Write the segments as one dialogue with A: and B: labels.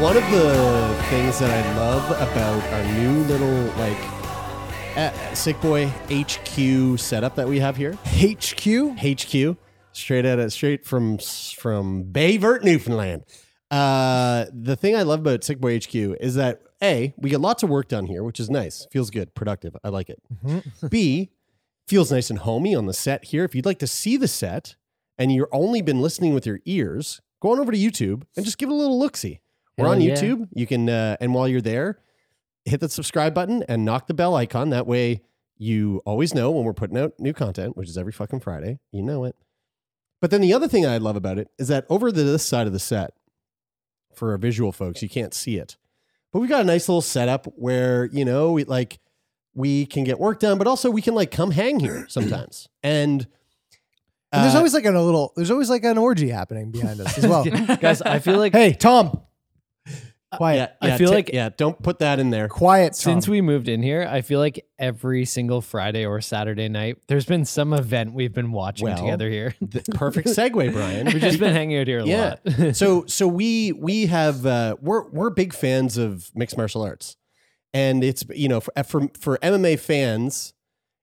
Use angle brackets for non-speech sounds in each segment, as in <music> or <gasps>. A: One of the things that I love about our new little like uh, sick boy HQ setup that we have here. HQ, HQ, straight out of straight from from Bayvert, Newfoundland. Uh, the thing I love about Sick Boy HQ is that a we get lots of work done here, which is nice. Feels good, productive. I like it. B feels nice and homey on the set here. If you'd like to see the set and you're only been listening with your ears, go on over to YouTube and just give it a little look see. We're
B: Hell
A: on
B: yeah.
A: YouTube. You can, uh, and while you're there, hit the subscribe button and knock the bell icon. That way, you always know when we're putting out new content, which is every fucking Friday. You know it. But then the other thing I love about it is that over to this side of the set, for our visual folks, you can't see it. But we've got a nice little setup where, you know, we like we can get work done, but also we can like come
B: <clears throat>
A: hang here sometimes. And,
B: And there's
A: uh,
B: always like an, a little. There's always like an orgy happening behind us as
A: <laughs>
B: well.
C: Guys, I feel like
B: Hey, Tom,
A: yeah,
B: quiet,
C: I
A: yeah,
C: feel
A: t-
C: like-
A: yeah, don't put that in there.
B: quiet. Tom.
C: since we moved in here, I feel like every single Friday or Saturday night, there's been some event we've been watching
A: Well,
C: together here.
A: The perfect <laughs> segue, Brian.
C: We've just been hanging out here a
A: yeah. <laughs>
C: lot.
A: so so we we have uh, we're we're big fans of mixed martial arts, and it's you know for for, for MMA fans,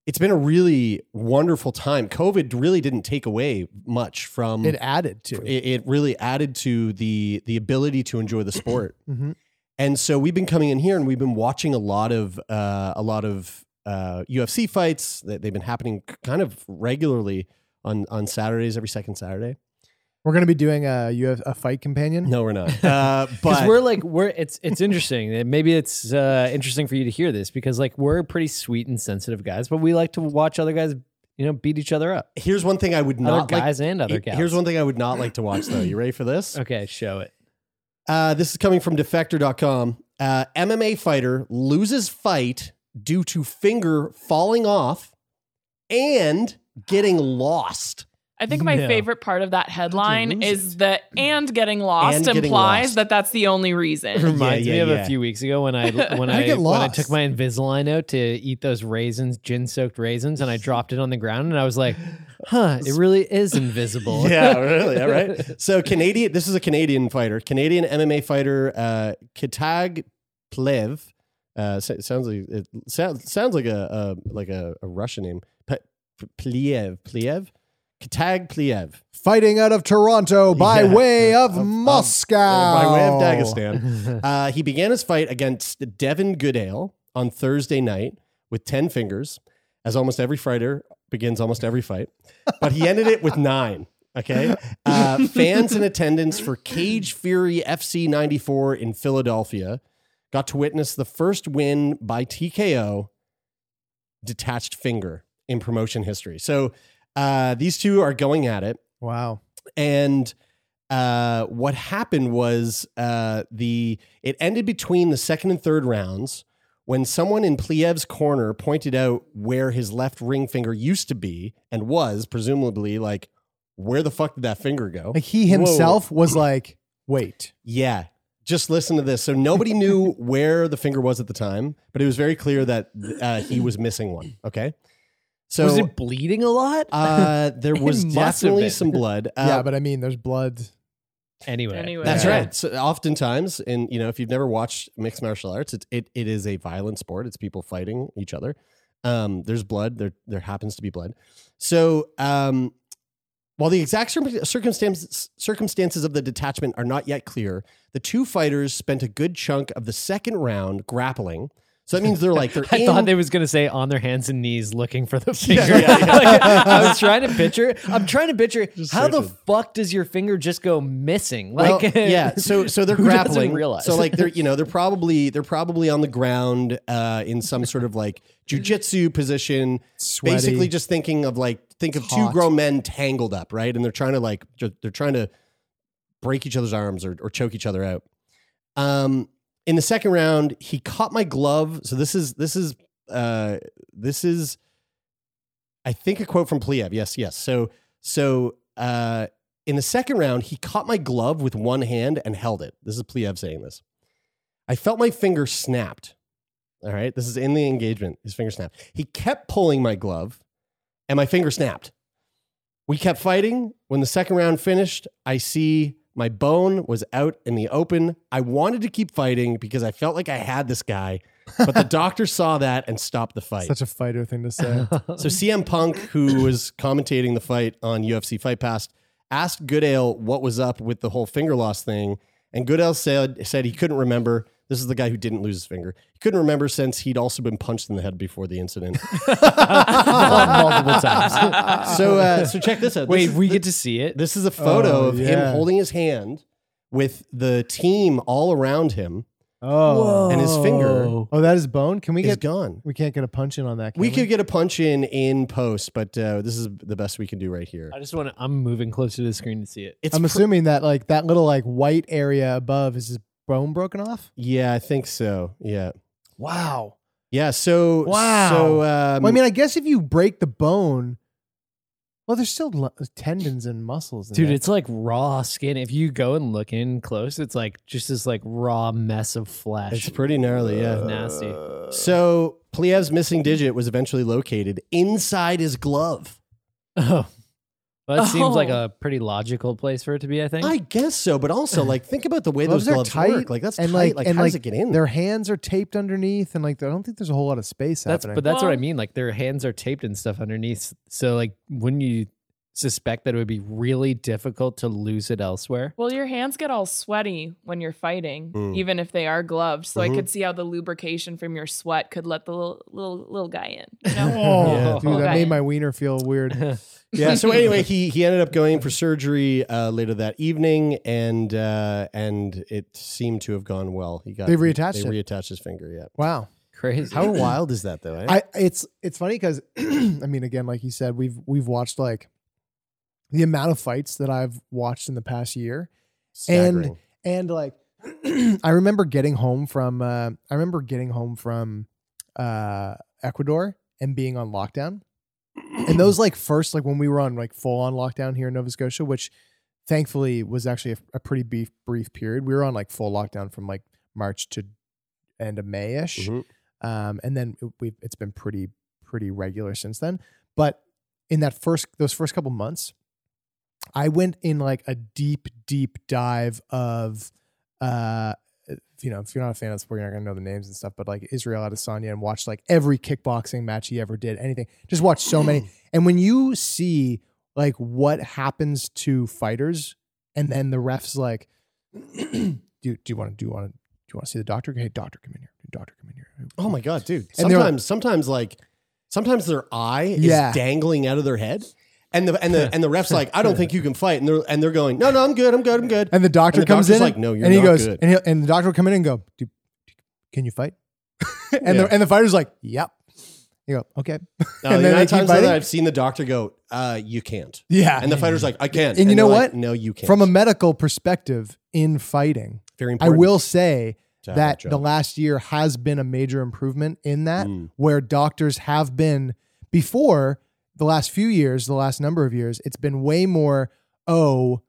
A: it's been a really wonderful time. COVID really didn't take away much from
B: it added to.
A: <laughs> it, it really added to the the ability to enjoy
C: <clears throat>
A: the sport.
C: Mm-hmm.
B: Mhm.
A: And so we've been coming in here and we've been watching a lot of uh, a lot of uh, UFC fights that they've been happening k- kind of regularly on on Saturdays every second
C: <laughs>
A: Saturday.
B: We're gonna be doing a you have a fight companion.
A: No,
C: <laughs>
A: we're not. Uh,
C: Because
A: but
C: we're like we're it's it's interesting. and Maybe it's uh, interesting for you to hear this because like we're pretty sweet and sensitive guys, but we like to watch other guys, you know, beat each other up.
A: here's one thing I would
C: Other
A: not like. e,
C: guys and other guys.
A: Here's one thing I would not like to watch though. You ready
C: <laughs>
A: for this?
C: Okay, show it.
A: Uh, this is coming from defector.com. Uh, MMA fighter loses fight due to finger falling off and getting lost.
D: I think my
C: No.
D: favorite part of that headline
A: lose
D: is the and getting lost
A: And getting
D: implies
A: lost.
D: that that's the only
C: It
A: <laughs>
D: reason.
C: reminds
A: yeah,
C: me of
A: yeah.
C: a few weeks ago when
A: <laughs>
C: I when
B: I
C: I,
B: get
C: when I
B: lost.
C: took my Invisalign out to eat those raisins, gin soaked raisins, and I dropped it on the ground, and I was like, "Huh, it really is invisible."
A: <laughs> yeah, really. All right. So Canadian. This is a Canadian fighter, Canadian MMA fighter, uh, Kitag Plev. Uh, so- it sounds like it sounds sounds like a, a like a, a Russian name. P- P- Pliev, Pliev, Kitag Pliev.
B: Fighting out of Toronto by
A: Yeah.
B: way of,
A: Of- of-
B: Moscow.
A: by way of
B: <laughs>
A: Dagestan. Uh, he began his fight against Devin Goodale on Thursday night with 10 fingers, as almost every fighter begins almost every fight. But he ended it with nine. Okay. Uh, fans in attendance for Cage Fury FC 94 in Philadelphia got to witness the first win by TKO detached finger in promotion history. So uh, these two are going at it
B: Wow.
A: and uh, what happened was uh, the it ended between the second and third rounds when someone in Pliev's corner pointed out where his left ring finger used to be and was presumably like where the fuck did that finger go?
B: Like he himself was like, wait.
A: Yeah. Just listen to this. So
C: <laughs>
A: nobody knew where the finger was at the time, but it was very clear that uh, he was missing one. Okay. So
C: was it bleeding a lot?
A: uh,
C: <laughs>
A: there
C: It
A: was
C: must have
A: definitely
C: been. <laughs>
A: some blood. Uh,
B: <laughs> yeah, but I mean, there's blood.
C: anyway,
D: Anyway.
A: That's
D: Yeah.
A: right. So oftentimes, and you know, if you've never watched mixed martial arts, it it, it is a violent sport. It's people fighting each other. Um, there's blood. There there happens to be blood. So um, While the exact cir- circumstances, circumstances of the detachment are not yet clear, the two fighters spent a good chunk of the second round grappling. So that means they're like they're
C: <laughs> I
A: in,
C: thought they was gonna say on their hands and knees looking for the finger. <laughs> Like, I was trying to picture. I'm trying to picture how the fuck does your finger just go missing?
A: Well,
C: Like <laughs>
A: yeah, so so they're
C: who doesn't
A: grappling.
C: realize?
A: So like they're
C: <laughs>
A: you know they're probably they're probably on the ground uh, in some sort of like jujitsu position,
B: Sweaty.
A: basically just thinking of like think of two
B: Hot.
A: grown men tangled up, right? And they're trying to like ju- they're trying to break each other's arms or, or choke each other out. Um, in the second round, he caught my glove. So this is this is uh, this is I think a quote from Pliev. Yes, yes. So so uh, in the second round, he caught my glove with one hand and held it. This is Pliev saying this. I felt my finger snapped. All right, this is in the engagement. His finger snapped. He kept pulling my glove, and my finger snapped. We kept fighting. When the second round finished, I see my bone was out in the open. I wanted to keep fighting because I felt like I had this guy, but the doctor saw that and stopped the fight.
B: Such a fighter thing to say.
A: So CM Punk, who was commentating the fight on UFC Fight Pass, asked Goodale what was up with the whole finger loss thing, and Goodale said said he couldn't remember. This is the guy who didn't lose his finger. He couldn't remember since he'd also been punched in the head before the incident. <laughs>
B: <laughs>
C: multiple times.
A: so uh, so check this out. This
C: Wait,
A: is-
C: we get to see it.
A: this is a
B: Oh,
A: photo of him
B: yeah.
A: holding his hand with the team all around him,
B: Oh,
A: and his finger
B: oh, that is bone. Can we
A: is
B: get?
A: gone.
B: We can't get a punch in on that. Can
A: We
B: we,
A: could get a punch in in post, but uh, this is the best we can do right here.
C: I just want to. I'm moving closer to the screen to see it.
A: It's
B: I'm
A: pr-
B: assuming that like that little like white area above is his bone broken off.
A: Yeah, I think so. Yeah.
B: Wow.
A: Yeah. So,
B: Wow.
A: So, um,
B: well, I mean, I guess if you break the bone, well, there's still lo- tendons and muscles. In
C: Dude,
B: there.
C: it's like raw skin. If you go and look in close, it's like just this like raw mess of flesh.
A: it's pretty gnarly. Yeah.
C: nasty.
A: So, Pliev's missing digit was eventually located inside his glove.
C: Oh. <laughs> Well, that seems like
D: Oh.
C: a pretty logical place for it to be, I think.
A: I guess so, but also, like, think about the way
B: Gloves
A: those
B: are
A: gloves
B: tight,
A: work. Like, that's
B: and,
A: tight. Like,
B: like- and,
A: how does it
B: like,
A: get in there?
B: their hands are taped underneath, and like I don't think there's a whole lot of space
C: that's
B: happening.
C: but that's what I
D: Well-
C: mean. Like their hands are taped and stuff underneath. So like wouldn't you suspect that it would be really difficult to lose it elsewhere?
D: Well, your hands get all sweaty when you're fighting,
A: Mm.
D: even if they are gloved. So
A: Mhm.
D: I could see how the lubrication from your sweat could let the little little, little guy in. <laughs>
A: <laughs>
D: you know?
B: oh,
C: Yeah.
B: <laughs> dude, that
D: Okay.
B: made my wiener feel
C: <laughs>
B: weird.
A: yeah. So, anyway, he, he ended up going for surgery uh, later that evening, and uh, and it seemed to have gone well. He got
B: They reattached
A: They
B: it.
A: reattached his finger. Yeah.
B: Wow.
C: Crazy.
A: How wild is that, though? eh?
B: I it's it's funny because <clears throat> I mean again like you said we've we've watched like the amount of fights that I've watched in the past year
A: Staggering.
B: and like I remember getting home from uh, I remember getting home from uh, Ecuador and being on lockdown and those like first like when we were on like full on lockdown here in Nova Scotia which thankfully was actually a, a pretty brief brief period we were on like full lockdown from like March to end of May ish
A: Mhm.
B: um, and then it- we've it's been pretty pretty regular since then. But in that first those first couple months, I went in like a deep deep dive of, uh, you know, if you're not a fan of sport, you're not gonna know the names and stuff. But like Israel Adesanya and watched like every kickboxing match he ever did, anything. Just watched so many. And when you see like what happens to fighters, and then the refs like. <clears throat> do, do you want to do you want to do you want to see the doctor? Hey, doctor, come in here. Doctor, come in here.
A: Oh my god, dude!
B: And they're-
A: Sometimes, sometimes like, sometimes their eye is
B: Yeah.
A: dangling out of their head, and the and the and the refs like, I don't think you can fight, and they're and they're going, no, no, I'm good, I'm good, I'm good.
B: And the doctor
A: And the
B: comes
A: doctor's
B: in,
A: like, "No, you're
B: and he
A: not
B: goes,
A: good."
B: and he'll, and the doctor will come in and go, "Do- "Can you fight?" <laughs> and
A: Yeah.
B: the and the fighter's like, "Yep." You go, "Okay."
A: Now,
B: and
A: the
B: then
A: amount
B: they
A: of
B: keep
A: times that
B: fighting?
A: I've seen the doctor go, uh, you can't,
B: Yeah.
A: and the fighter's like, I can,
B: And you know
A: they're like,
B: what?
A: no, you can't.
B: from a medical perspective in fighting, I
A: very important,
B: will say
A: to have
B: that
A: job.
B: the last year has been a major improvement in that
A: Mm.
B: where doctors have been before the last few years the last number of years it's been way more oh,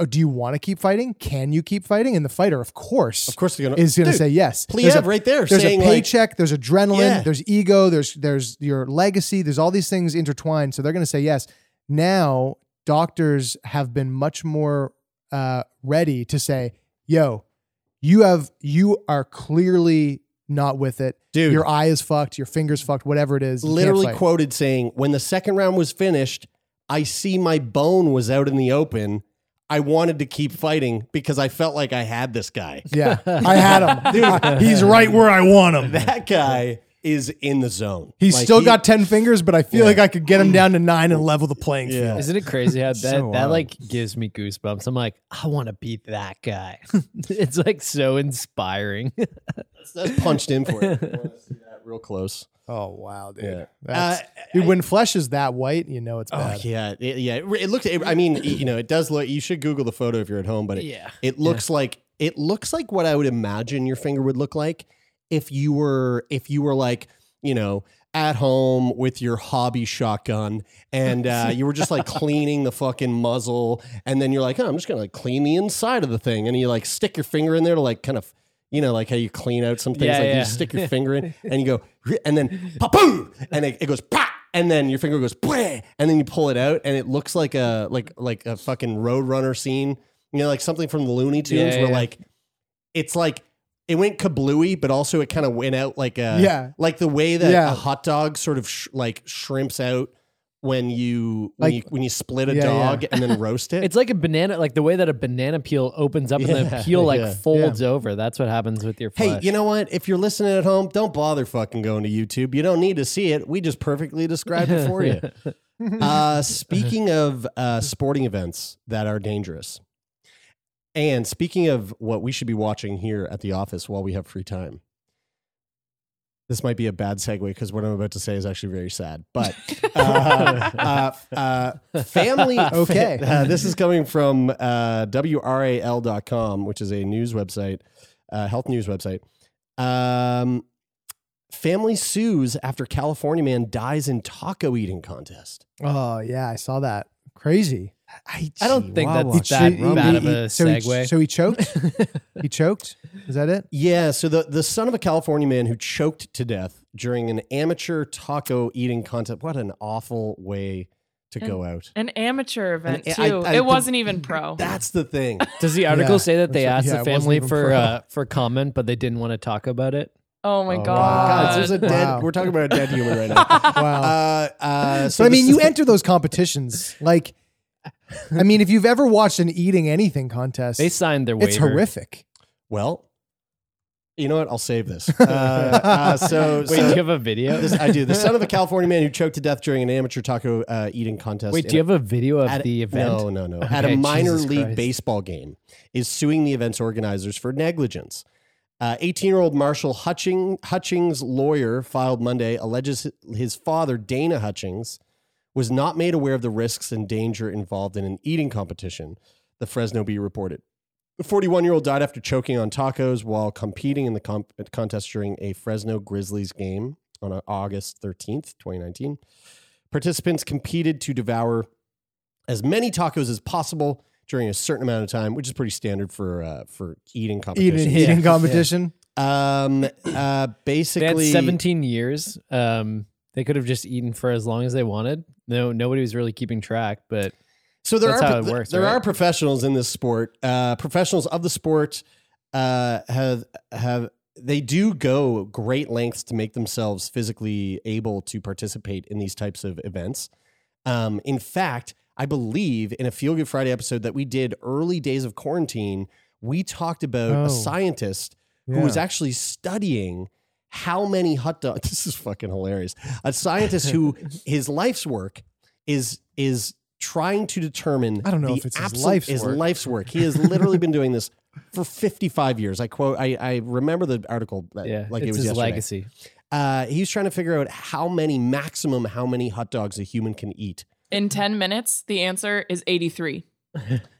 B: oh do you want to keep fighting can you keep fighting and the fighter of course,
A: of course, they're gonna
B: is going to
A: Dude,
B: say yes There's
A: Pliev
B: a-
A: right there
B: there's a
A: saying like,
B: paycheck, there's adrenaline,
A: Yeah.
B: there's ego, there's there's your legacy, there's all these things intertwined. So they're going to say yes. Now doctors have been much more uh, ready to say, "Yo, you have you are clearly not with it.
A: dude,
B: Your eye is fucked, your fingers fucked, whatever it is." you can't
A: literally
B: fight."
A: quoted saying, when the second round was finished, I see my bone was out in the open. I wanted to keep fighting because I felt like I had this guy.
B: <laughs> Yeah,
C: <laughs>
B: I had him. Dude, I- he's right where I want him.
A: That guy is in the zone.
B: He's
A: Like,
B: still
A: he-
B: got ten fingers, but I feel like I could get him down to nine and level the playing
A: Yeah.
B: field.
C: Isn't it crazy <laughs> how that,
B: So
C: that
B: wild.
C: like gives me goosebumps? I'm like, I want to beat that guy. <laughs> it's like so inspiring.
A: that's punched
B: <laughs>
A: in for it. I wanna see that Real close.
B: Oh wow, dude.
A: Yeah.
B: That's,
A: Uh,
B: dude, when flesh is that white, you know it's
A: Oh
B: bad.
A: yeah, it, yeah. It, it looked. It, I mean, it- you know, it does look. You should Google the photo if you're at home, but it,
C: yeah.
A: it looks like it looks like what I would imagine your finger would look like if you were if you were like you know at home with your hobby shotgun and uh, you were
C: <laughs>
A: just like cleaning the fucking muzzle and then you're like oh, I'm just gonna like clean the inside of the thing and you like stick your finger in there to like kind of. You know, like how you clean out some things,
C: Yeah,
A: like you
C: yeah.
A: just stick your
C: <laughs>
A: finger in and you go, and then boom, and it, it goes, "Pah!" and then your finger goes, "Bleh!" and then you pull it out, and it looks like a like like a fucking Roadrunner scene you know, like something from the Looney Tunes
C: Yeah,
A: where
C: yeah.
A: like it's like it went kablooey, but also it kind of went out like a
B: Yeah.
A: like the way that
B: Yeah.
A: a hot dog sort of sh- like shrimps out when you when
B: Like-
A: you when you split a
B: Yeah, yeah.
A: dog and then roast
C: <laughs>
A: it.
C: It's like a banana, like the way that a banana peel opens up and
A: Yeah,
C: the peel like
A: yeah,
C: folds over. That's what happens with your
A: hey,
C: flesh.
A: you know what? If you're listening at home, don't bother fucking going to YouTube. You don't need to see it. We just perfectly
C: <laughs>
A: described it for you. uh, speaking of uh, sporting events that are dangerous, and speaking of what we should be watching here at the office while we have free time, this might be a bad segue because what I'm about to say is actually very sad. But uh, uh, uh, family,
B: Okay.
A: Uh, this is coming from uh, WRAL.com, which is a news website, uh, health news website. Um, family sues after California man dies in taco eating contest.
B: Oh yeah, I saw that. Crazy.
C: I don't think that's
B: He
C: that
B: ch- he-
C: bad of
B: he-
C: a
B: so he-
C: segue. <laughs>
B: so he choked. he choked. Is that it?
A: Yeah, so the, the son of a California man who choked to death during an amateur taco eating contest. What an awful way to go out.
D: An amateur event
A: And
D: too.
A: I- I-
D: it wasn't even pro.
A: That's
D: <laughs>
A: the thing.
C: Does the article
B: Yeah,
C: say that they
B: that's
C: asked
B: what- yeah,
C: the
B: it wasn't
C: family
B: even
C: for
B: pro.
C: uh, for comment, but they didn't want to talk about it?
D: oh my
B: Oh, wow.
A: God,
D: god.
A: Uh, there's a dead.
B: Wow.
A: We're talking about a dead human
D: <laughs>
A: right now.
B: Wow.
A: Uh, uh,
B: so
A: so
B: I mean,
A: this-
B: you enter those competitions like. I mean, if you've ever watched an eating anything contest,
C: They signed their waiver.
B: it's horrific.
A: well, you know what? I'll
C: <laughs>
A: save this. Uh, uh, so
C: Wait,
A: so-
C: do you have a video?
A: this,
C: <laughs>
A: I do. The son of a California man who choked to death during an amateur taco uh, eating contest.
C: Wait,
A: in
C: do you have a video of
A: At-
C: the event?
A: No, no, no.
C: Okay,
A: At a minor
C: Jesus
A: league
C: Christ.
A: baseball game, is suing the event's organizers for negligence. Uh, 18-year-old Marshall Hutching, Hutchings' lawyer filed Monday alleges his father Dana Hutchings was not made aware of the risks and danger involved in an eating competition. The Fresno Bee reported. The 41-year-old died after choking on tacos while competing in the comp- contest during a Fresno Grizzlies game on uh, August 13th, 2019. Participants competed to devour as many tacos as possible during a certain amount of time, which is pretty standard for uh, for eating
B: Eating
A: competitions.
B: eating competition.
A: Um, uh,
C: They had
A: basically,
C: 17 years. Um, they could have just eaten for as long as they wanted. No, nobody was really keeping track, but
A: So there
C: That's
A: are
C: how
A: pro-
C: it works,
A: there
C: right?
A: are professionals in this sport. Uh, professionals of the sport uh, have have they do go great lengths to make themselves physically able to participate in these types of events. Um, in fact, I believe in a Feel Good Friday episode that we did early days of quarantine, we talked about
B: Oh.
A: a scientist who was actually studying how many hot dogs. <laughs> This is fucking hilarious. A scientist
B: <laughs>
A: who his life's work is is trying to determine.
B: I don't know
A: the
B: if it's his
A: absolute-
B: life's
A: his
B: work.
A: life's work. He has literally been doing this for 55 years. I quote. I I remember the article. That,
C: yeah,
A: Uh, like
C: it's
A: it was
C: his
A: yesterday.
C: legacy.
A: Uh, he was trying to figure out how many maximum, how many hot dogs a human can eat.
D: In 10 minutes, the answer is 83.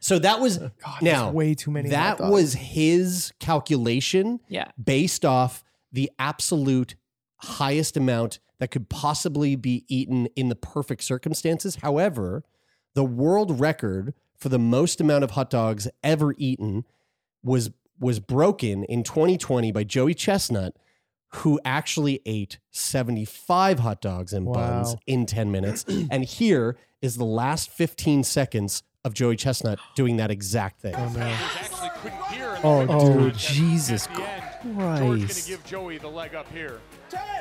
A: So that was
B: God, there's
A: now
B: way too many. hot
A: That
B: dogs.
A: was his calculation.
D: Yeah.
A: based off the absolute highest amount that could possibly be eaten in the perfect circumstances. However, the world record for the most amount of hot dogs ever eaten was was broken in 2020 by Joey Chestnut, who actually ate 75 hot dogs and buns
B: Wow.
A: in 10
B: <clears throat>
A: minutes. and here is the last 15 seconds of Joey Chestnut doing that exact thing.
B: Oh, no.
E: actually couldn't hear.
B: Oh, Oh, dude.
C: Jesus Christ.
E: Joey the leg up here.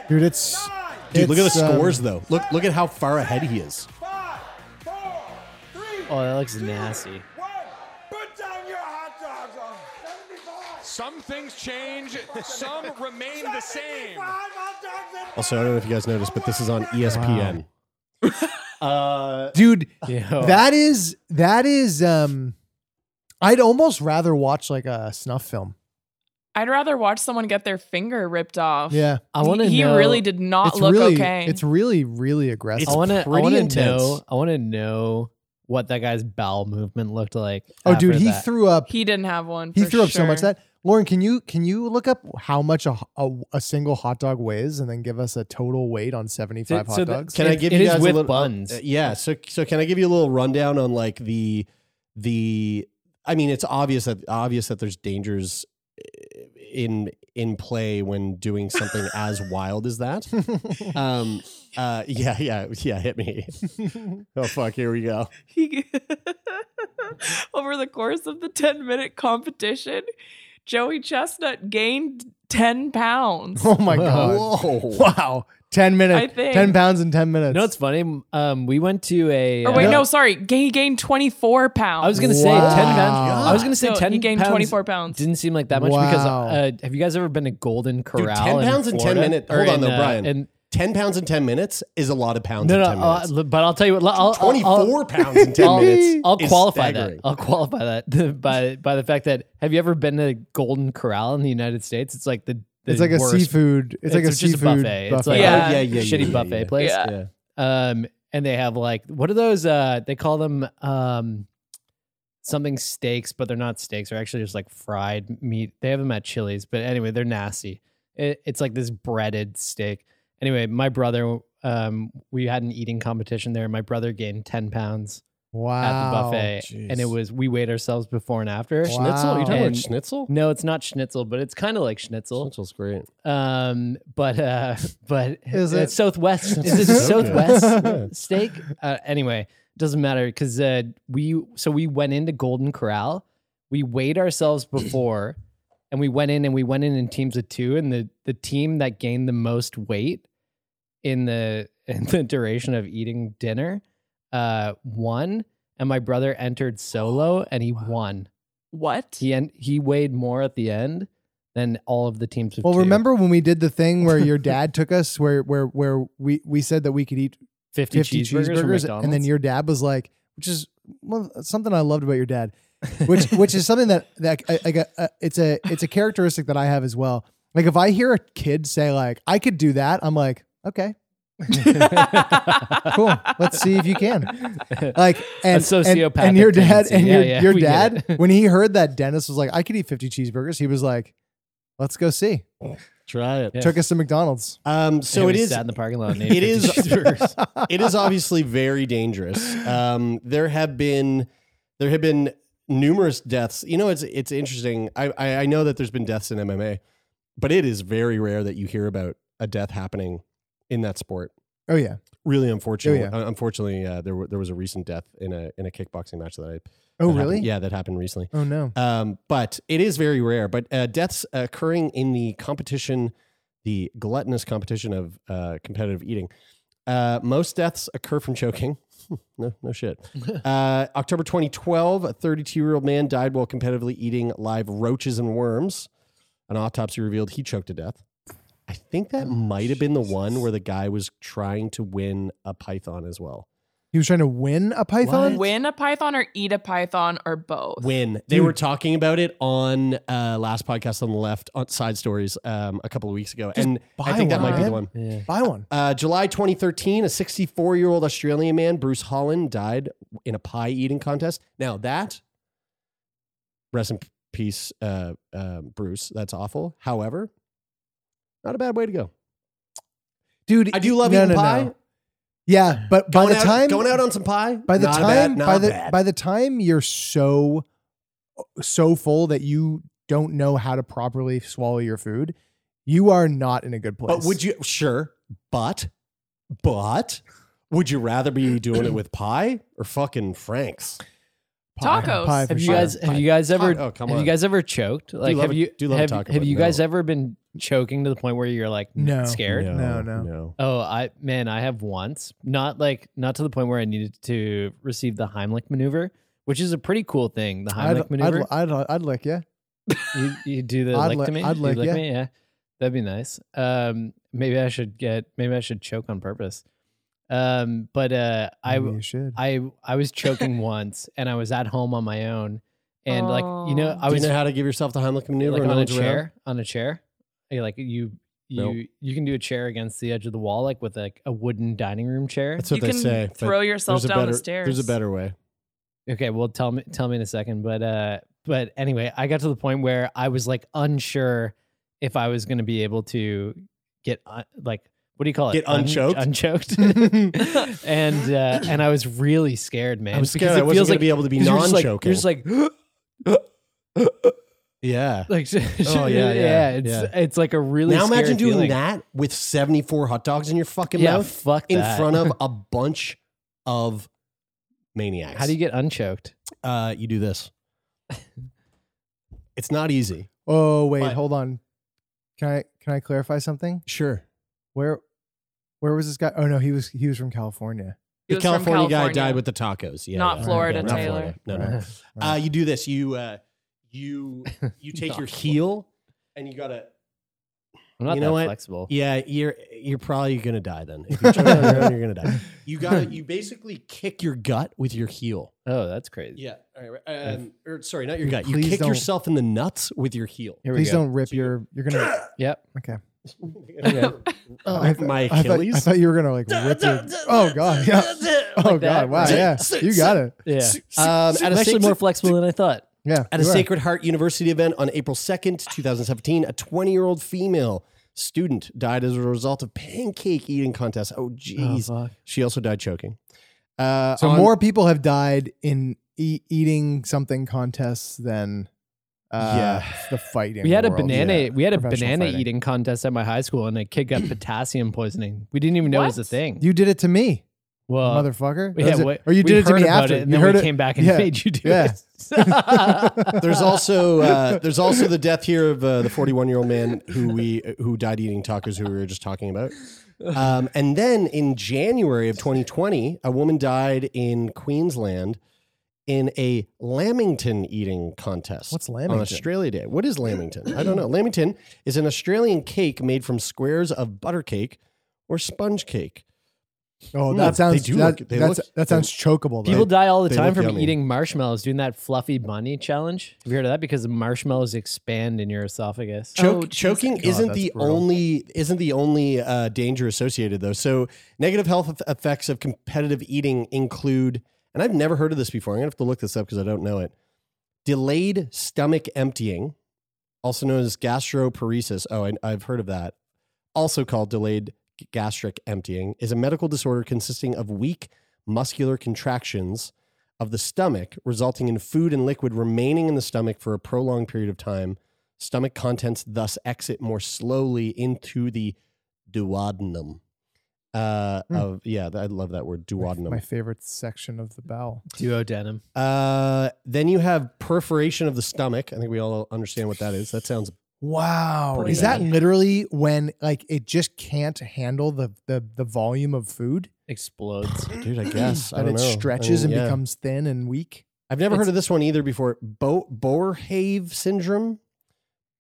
B: dude, it's
A: Dude, look at
B: it's,
A: the
B: um,
A: scores though. Look look at how far ahead he is.
E: Five, four,
C: Oh, that looks
A: <laughs>
C: nasty.
F: Some things change, some remain the same.
A: Also, I don't know if you guys noticed, but this is on E ESPN.
C: Uh,
B: dude.
C: yeah.
B: That is that is. Um, I'd almost rather watch like a snuff film.
D: I'd rather watch someone get their finger ripped off.
B: Yeah,
C: I want to.
D: He really did not
B: it's
D: look
B: really,
D: okay.
B: It's really really aggressive.
C: I want to. I
A: pretty
C: want to
A: intense.
C: know. I want to know what that guy's bowel movement looked like.
B: oh, dude,
C: after
B: he
C: that.
B: threw up.
D: he didn't have one.
B: He
D: for
B: threw up so much
D: sure.
B: that Lauren, can you can you look up how much a, a, a single hot dog weighs and then give us a total weight on seventy five
C: Did-
B: hot
C: so that-
B: dogs?
A: Can I
C: It-
A: give
C: it
A: you
C: is
A: guys
C: with
A: a little
C: buns.
A: uh, yeah. So so can I give you a little rundown on like the the? I mean, it's obvious that obvious that there's dangers uh, in in play when
B: <laughs>
A: doing something as wild as that. Um. Uh. Yeah. Yeah. Yeah.
B: <laughs>
A: Hit me. oh fuck. Here we go.
D: he <laughs> over the course of the 10 minute competition joey chestnut gained 10 pounds
B: <laughs> oh my god!
A: Whoa.
B: Wow, ten
D: i
B: minutes,
D: think
B: ten pounds in ten minutes.
C: You know what's funny? Um, we went to a.
A: Oh,
D: or Oh, wait
C: uh,
D: no sorry ga- he gained 24 pounds
C: I was gonna say ten pounds.
B: Wow.
C: I was gonna say
D: No,
C: ten.
D: he gained
C: pounds
D: 24 pounds
C: Didn't seem like that much because
B: Wow.
C: uh, have you guys ever been to Golden
A: Dude,
C: Corral?
A: 10 pounds in
C: in
A: 10
C: Florida?
A: minute-
C: Or
A: hold on
C: in,
A: though,
C: uh,
A: Brian.
C: in-
A: Ten pounds in ten minutes is a lot of pounds
C: no,
A: in
C: no,
A: ten minutes.
C: uh, but I'll tell you what. I'll, I'll-
A: Twenty
C: I'll-
A: four pounds in 10
C: I'll-
A: minutes.
C: I'll
A: is
C: qualify that.
A: staggering.
C: I'll qualify that <laughs> by by the fact that have you ever been to Golden Corral in the United States? It's like the, the
B: it's like a
C: worst-
B: seafood. It's, like a
C: just
B: seafood
C: buffet. It's like
D: Yeah.
C: a
A: Yeah, yeah, yeah,
C: shitty
A: yeah, yeah,
C: buffet
A: yeah.
C: place.
D: Yeah.
C: Um, and they have like what are those? Uh, they call them um something steaks, but they're not steaks. They're actually just like fried meat. They have them at Chili's, but anyway, they're nasty. It, it's like this breaded steak. Anyway, my brother, um, we had an eating competition there. My brother gained ten pounds at the
B: wow.
C: buffet, and it
A: Jeez.
C: was we weighed ourselves before and after.
B: Wow.
A: Schnitzel? You talking about
C: And-
A: schnitzel?
C: No, it's not schnitzel, but it's kind of like schnitzel.
A: Schnitzel's great.
C: Um, but uh, <laughs> but
B: Is
C: uh,
B: it-
C: Southwest? Is it
A: Okay.
C: Southwest steak? Uh, anyway, doesn't matter because uh, we so we went into Golden Corral. We weighed ourselves before, and we went in and we went in in teams of two, and the the team that gained the most weight in the <laughs> in the duration of eating dinner uh, won. And my brother entered solo, and he won.
D: what
C: He en- he weighed more at the end than all of the teams of
B: Well,
C: two.
B: remember when we did the thing where your dad took us, where where where we we said that we could eat
C: 50,
B: fifty
C: cheeseburgers, from
B: cheeseburgers, and then
C: McDonald's?
B: your dad was like, which is well, something I loved about your dad, which which is something that that I- like a, a, it's a it's a characteristic that I have as well. Like if I hear a kid say like I could do that, I'm like, okay, <laughs> cool,
D: <laughs>
B: let's see if you can.
C: <laughs>
A: Uh,
B: Like and and-
C: sociopathic
B: and, your dad
C: tendency.
B: and
C: Yeah,
B: your,
C: yeah,
B: your
C: <laughs> we get
B: dad
C: it.
B: when he heard that Dennis was like, I could eat fifty cheeseburgers, he was like, let's go see.
A: Try it.
C: Yeah.
B: Took us to McDonald's.
A: Um, so
C: And
A: it
C: we
A: is
C: sat in the parking lot. and ate
A: it
C: 50
B: <laughs>
A: is <laughs>
C: cheeseburgers.
A: it is obviously very dangerous. Um, there have been there have been numerous deaths. You know, it's it's interesting. I, I I know that there's been deaths in MMA, but it is very rare that you hear about a death happening in that sport.
B: Oh yeah.
A: Really unfortunately,
B: Oh,
A: unfortunately, uh, there were, there was a recent death in a in a kickboxing match that I
B: Oh
A: that happened-
B: really?
A: yeah that happened recently.
B: Oh no.
A: Um, but it is very rare. But uh, deaths occurring in the competition, the gluttonous competition of uh, competitive eating. Uh, most deaths occur from choking. <laughs> no, no shit. Uh, October 2012, a 32 year old man died while competitively eating live roaches and worms. An autopsy revealed he choked to death. I think that might have been the one where the guy was trying to win a python as well.
B: He was trying to win a python.
D: win a python or eat a python or both
A: When they
B: Dude.
A: were talking about it on uh, last podcast on the left on Side Stories um, a couple of weeks ago, and I
B: buy
A: think that
B: one,
A: might be
B: man.
A: the one.
C: Yeah.
B: Buy one.
A: Uh, July 2013, a 64 year old Australian man, Bruce Holland, died in a pie eating contest. Now that, rest in peace, uh, uh, Bruce. That's awful. However, not a bad way to go.
B: dude.
A: I do love
B: no,
A: eating
B: no,
A: pie.
B: no. Yeah, but by
A: Going
B: the
A: out-
B: time
A: going out on some pie,
B: by the
A: not
B: time
A: bad, not
B: by the
A: bad.
B: by the time you're so so full that you don't know how to properly swallow your food, you are not in a good place.
A: But would you sure? But but would you
C: <clears throat>
A: rather be doing it with pie or fucking Franks?
B: Pie-
D: Tacos.
B: Pie for
C: Have you
B: sure.
C: guys have you guys ever
A: Oh, come
C: have
A: on.
C: you guys ever choked? Like
A: love
C: have
A: a-
C: you
A: do love a
C: have,
A: taco,
C: have
A: but
C: you guys
A: no.
C: ever been choking to the point where you're like n-
B: No.
C: scared?
B: No, no.
A: no.
C: Oh, I man, I have once. Not like not to the point where I needed to receive the Heimlich maneuver, which is a pretty cool thing. The
B: I'd,
C: Heimlich
B: I'd,
C: maneuver.
B: I'd, I'd, I'd lick you.
C: you, you do the
B: I'd
C: lick
B: lick-
C: to me.
B: I'd
C: You
B: lick ya.
C: me. Yeah, that'd be nice. Um, maybe I should get. Maybe I should choke on purpose. Um, but uh, I
B: Maybe you should.
C: I I was choking once, and I was at home on my own, and like you know,
D: Oh.
C: I
A: Do
C: was <laughs>
A: you know how to give yourself the Heimlich maneuver
C: like
A: when no
C: on a
A: one's around?
C: chair, on a chair. You're like you you
A: Nope.
C: you can do a chair against the edge of the wall, like with like a wooden dining room chair.
A: That's what
D: you
A: they
D: can
A: say. but
D: throw yourself
A: there's a
D: down
A: better-
D: the stairs.
A: There's a better way.
C: Okay, well tell me tell me in a second, but uh but anyway, I got to the point where I was like unsure if I was going to be able to get uh, like what do you call it?
A: Get
C: Un-
A: unchoked? <laughs>
C: unchoked. and uh and I was really scared, man.
A: I was
C: because
A: scared I
C: it
A: wasn't
C: feels
A: gonna
C: like- <laughs>
A: be able to be
C: 'cause you're just like-
A: non-choking.
C: You're just like <gasps>
A: <laughs> Yeah.
C: like <laughs>
A: Oh, yeah, yeah,
C: it's
A: yeah.
C: it's like a really
A: now
C: scary
A: imagine doing
C: feeling.
A: that with 74 hot dogs in your fucking
C: Yeah,
A: mouth
C: fuck
A: in
C: that.
A: front of a bunch of maniacs.
C: <laughs> How do you get unchoked?
A: uh, you do this? <laughs> it's not easy.
B: Oh wait,
A: What?
B: hold on. Can I can I clarify something?
A: Sure.
B: Where where was this guy? Oh no, he was he was from California.
D: He
A: the
D: was from
A: California, guy
D: California.
A: died with the tacos. Yeah,
D: Not
A: yeah.
D: Florida,
A: Yeah, not
D: Taylor.
A: Florida. No, <laughs> no. Uh, you do this. You uh, you you take <laughs>
C: Not
A: your heel and you gotta.
C: I'm not
A: You know
C: that
A: what?
C: flexible.
A: Yeah, you're you're probably gonna die then. If <laughs> you're choking on your own, you're gonna die. You <laughs> gotta you basically kick your gut with your heel.
C: Oh, that's crazy.
A: Yeah. All right. right. Um, or, sorry, not your gut. You
B: Please
A: kick
B: don't-
A: yourself in the nuts with your heel. <laughs>
C: Here we
B: Please
C: go.
B: don't rip your. You're gonna.
C: Yep.
B: Okay.
A: Oh,
B: thought-
A: my
B: I thought, I
A: Achilles.
B: thought you were gonna like rip
A: <laughs>
B: your. Oh god. Yeah. Oh
C: that.
B: god. Wow. Yeah. You got it.
C: Yeah. I'm
A: Um, at a
C: actually
A: six-
C: more flexible than I thought.
B: Yeah.
A: At a
B: you are.
A: Sacred Heart University event on April 2nd, 2017, a 20 year old female student died as a result of pancake eating contest. Oh, jeez. she also died choking. Uh,
B: So
A: on-
B: more people have died in e- eating something contests than. Uh,
A: Yeah.
B: The fighting.
C: We had a
B: world.
C: banana.
B: Yeah.
C: We had a
B: Professional
C: banana
B: fighting.
C: eating contest at my high school, and a kid
B: <clears throat>
C: got potassium poisoning. We didn't even know it was a
D: What?
C: thing.
B: You did it to me,
C: well,
B: motherfucker.
C: yeah,
B: That was it.
C: what-
B: or you
C: we
B: did it to
C: heard
B: me
C: about
B: after.
C: it, and
B: you
C: then
B: heard
C: we
B: it.
C: came back and <laughs>
B: yeah.
C: made you do
B: Yeah.
C: it. <laughs>
B: <laughs>
A: There's also uh, there's also the death here of uh, the 41 year old man who we who died eating tacos who we were just talking about. Um, and then in January of 2020, a woman died in Queensland in a lamington eating contest.
B: What's
A: On
B: lamington?
A: Australia Day. What is lamington? I don't know. Lamington is an Australian cake made from squares of butter cake or sponge cake.
B: Oh,
A: Hmm.
B: that
A: They
B: sounds
A: do
B: that,
A: look- they
B: that's,
A: look-
B: that
A: they-
B: sounds chokeable. Though.
C: People die all the
A: They
C: time
A: look
C: from
A: yummy.
C: eating marshmallows, doing that fluffy bunny challenge. Have you heard of that? Because marshmallows expand in your esophagus.
A: Choke,
D: Oh, Jesus.
A: choking
B: God,
A: isn't
B: that's
A: the
B: brutal.
A: only isn't the only uh, danger associated though. So negative health eff- effects of competitive eating include, and I've never heard of this before. I'm gonna have to look this up because I don't know it. Delayed stomach emptying, also known as gastroparesis. Oh, I, I've heard of that. Also called delayed g- gastric emptying, is a medical disorder consisting of weak muscular contractions of the stomach, resulting in food and liquid remaining in the stomach for a prolonged period of time stomach contents thus exit more slowly into the duodenum. Uh,
B: Hmm.
A: of, yeah, I love that word,
B: My-
A: duodenum.
B: My favorite section of the bowel.
C: Duodenum.
A: Uh, then you have perforation of the stomach. I think we all understand what that is. That sounds Oh,
B: Wow,
D: Pretty
B: is that
D: bad.
B: literally when like it just can't handle the the, the volume of food
C: Explodes.
A: dude. I guess
B: that
A: I don't
B: it
A: know. I
B: stretches
A: mean,
B: and
A: yeah.
B: becomes thin and weak?
A: I've never heard
C: it's-
A: of this one either before. Bo- Boerhaave syndrome.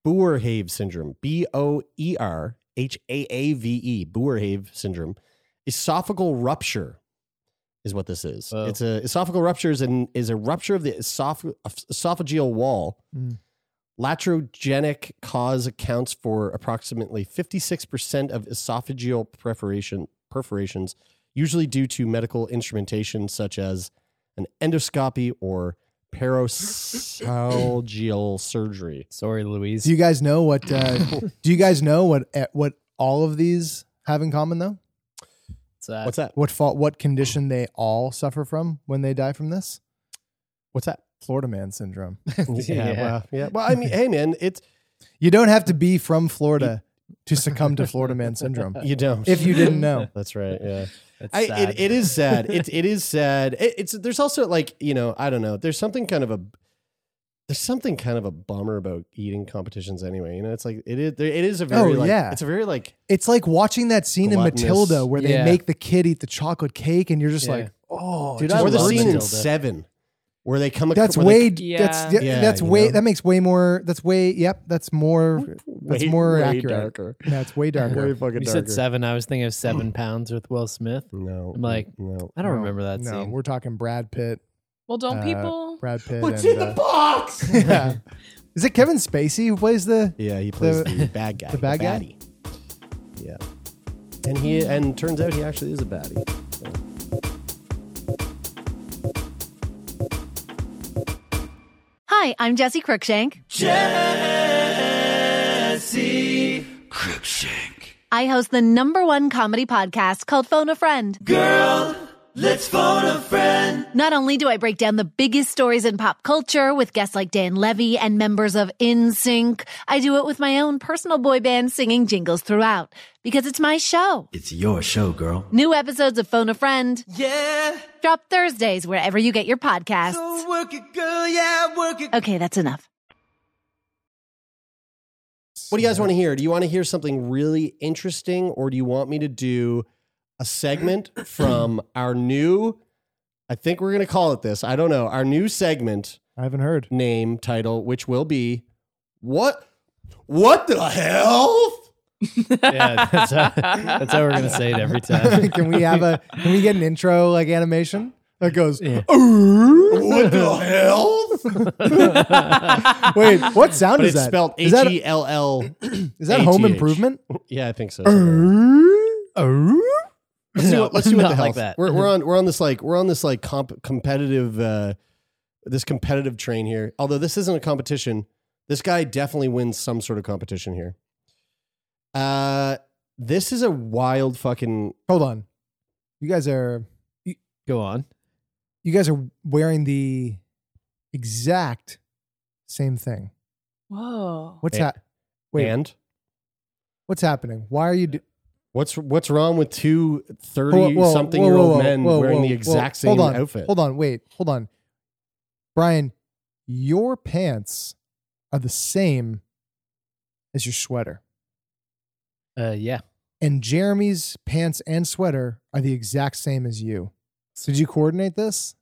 A: Boerhaave syndrome. B O E R H A A V E. Boerhaave syndrome. Esophageal rupture is what this is.
C: Whoa.
A: It's a esophageal rupture is an is a rupture of the esoph- esophageal wall.
B: Mm.
A: Latrogenic cause accounts for approximately 56% of esophageal perforation perforations, usually due to medical instrumentation such as an endoscopy or
B: <coughs>
A: parosalgial surgery.
C: Sorry, Louise.
B: Do you guys know what?
G: <laughs>
B: Uh, do you guys know what eh, what all of these have in common though?
C: What's that?
A: What's that? <laughs>
B: What fault? What condition they all suffer from when they die from this?
A: What's that?
B: Florida man syndrome.
C: Yeah.
A: Well, yeah. Well, I mean, hey, man, it's
B: You don't have to be from
G: <laughs>
B: Florida to succumb to Florida man syndrome.
A: you don't.
B: If you
A: <laughs> uh,
B: didn't know,
A: That's right. Yeah.
C: That's
A: I,
C: sad.
A: it, it is
B: <laughs>
A: sad. It, it is sad. It, it's there's also like you know I don't know. There's something kind of a There's something kind of a bummer about eating competitions anyway. You know, it's like it is. It is a very.
B: oh
A: like,
B: yeah,
A: It's a very like
B: it's like watching that scene in
A: gluttonous-
B: Matilda where they
A: Yeah.
B: make the kid eat the chocolate cake, and you're just
A: Yeah.
B: like, oh,
A: Dude,
B: it just
A: or the
B: hurts.
A: scene in Seven where they come. ac-
B: That's
A: where they-
B: way. That's yeah, that's
A: you
B: way.
A: know?
B: That makes way more. That's way. Yep. That's more. That's
A: Way-
B: more
A: way
B: accurate.
A: darker.
B: Yeah, it's way darker.
A: <laughs> Way fucking
C: You
A: darker.
C: said seven. I was thinking of seven pounds with Will Smith.
A: No,
C: I'm like,
A: no,
C: I don't
B: No,
C: remember that
B: No,
C: scene.
B: we're talking Brad Pitt.
D: Well, don't <laughs>
B: uh,
D: people?
B: Brad Pitt.
A: What's
B: and,
A: in the
B: uh,
A: box?
B: <laughs> yeah. Is it Kevin Spacey who plays the?
A: Yeah, he plays
B: The-
A: the, bad
B: <laughs>
A: guy.
B: the bad guy?
A: baddie. Yeah. And he and turns out he actually is a baddie.
H: Hi, I'm Jesse Cruikshank.
G: Jesse Cruikshank.
H: I host the number one comedy podcast called Phone a Friend.
G: Girl, let's phone a friend.
H: Not only do I break down the biggest stories in pop culture with guests like Dan Levy and members of InSync, I do it with my own personal boy band singing jingles throughout because it's my show.
G: It's your show, girl.
H: New episodes of Phone a Friend
G: Yeah.
H: drop Thursdays wherever you get your podcasts.
G: So work it, girl. Yeah, work it.
H: Okay, that's enough.
A: What do you guys want to hear? Do you want to hear something really interesting, or do you want me to do a segment from our new? I think we're going to call it this. I don't know. Our new segment
B: I haven't heard
A: name title, which will be what? What the <laughs> hell?
C: <laughs> yeah, that's how, that's how we're gonna say it every time.
B: can we have a? Can we get an intro like animation that goes?
A: What the hell?
B: Wait, what sound
A: But
B: is
A: it's
B: that?
A: Spelled
B: Is that
A: H
B: a-
A: E L L.
B: <clears throat> Is that Home Improvement? Uh,
A: Yeah, I think so.
B: Let's
A: Let's see what, let's see what the hell.
C: like that.
A: We're, we're on we're on this like we're on this like comp- competitive uh, this competitive train here. Although this isn't a competition, this guy definitely wins some sort of competition here. Uh, this is a wild fucking.
B: Hold on. You guys are
C: <laughs> Go on.
B: you guys are wearing the exact same thing.
D: <laughs> Whoa. <laughs>
B: What's
A: A-
B: that? Wait,
A: And
B: what's happening? Why are you do-
A: what's what's wrong with two
B: Whoa, whoa,
A: 30
B: whoa,
A: something
B: whoa,
A: year
B: whoa,
A: old men
B: whoa,
A: wearing
B: whoa,
A: the
B: whoa.
A: exact same
B: hold on,
A: outfit?
B: Hold on, wait, hold on. Brian, your pants are the same as your sweater.
C: Uh, yeah.
B: And Jeremy's pants and sweater are the exact same as you. Did you coordinate this?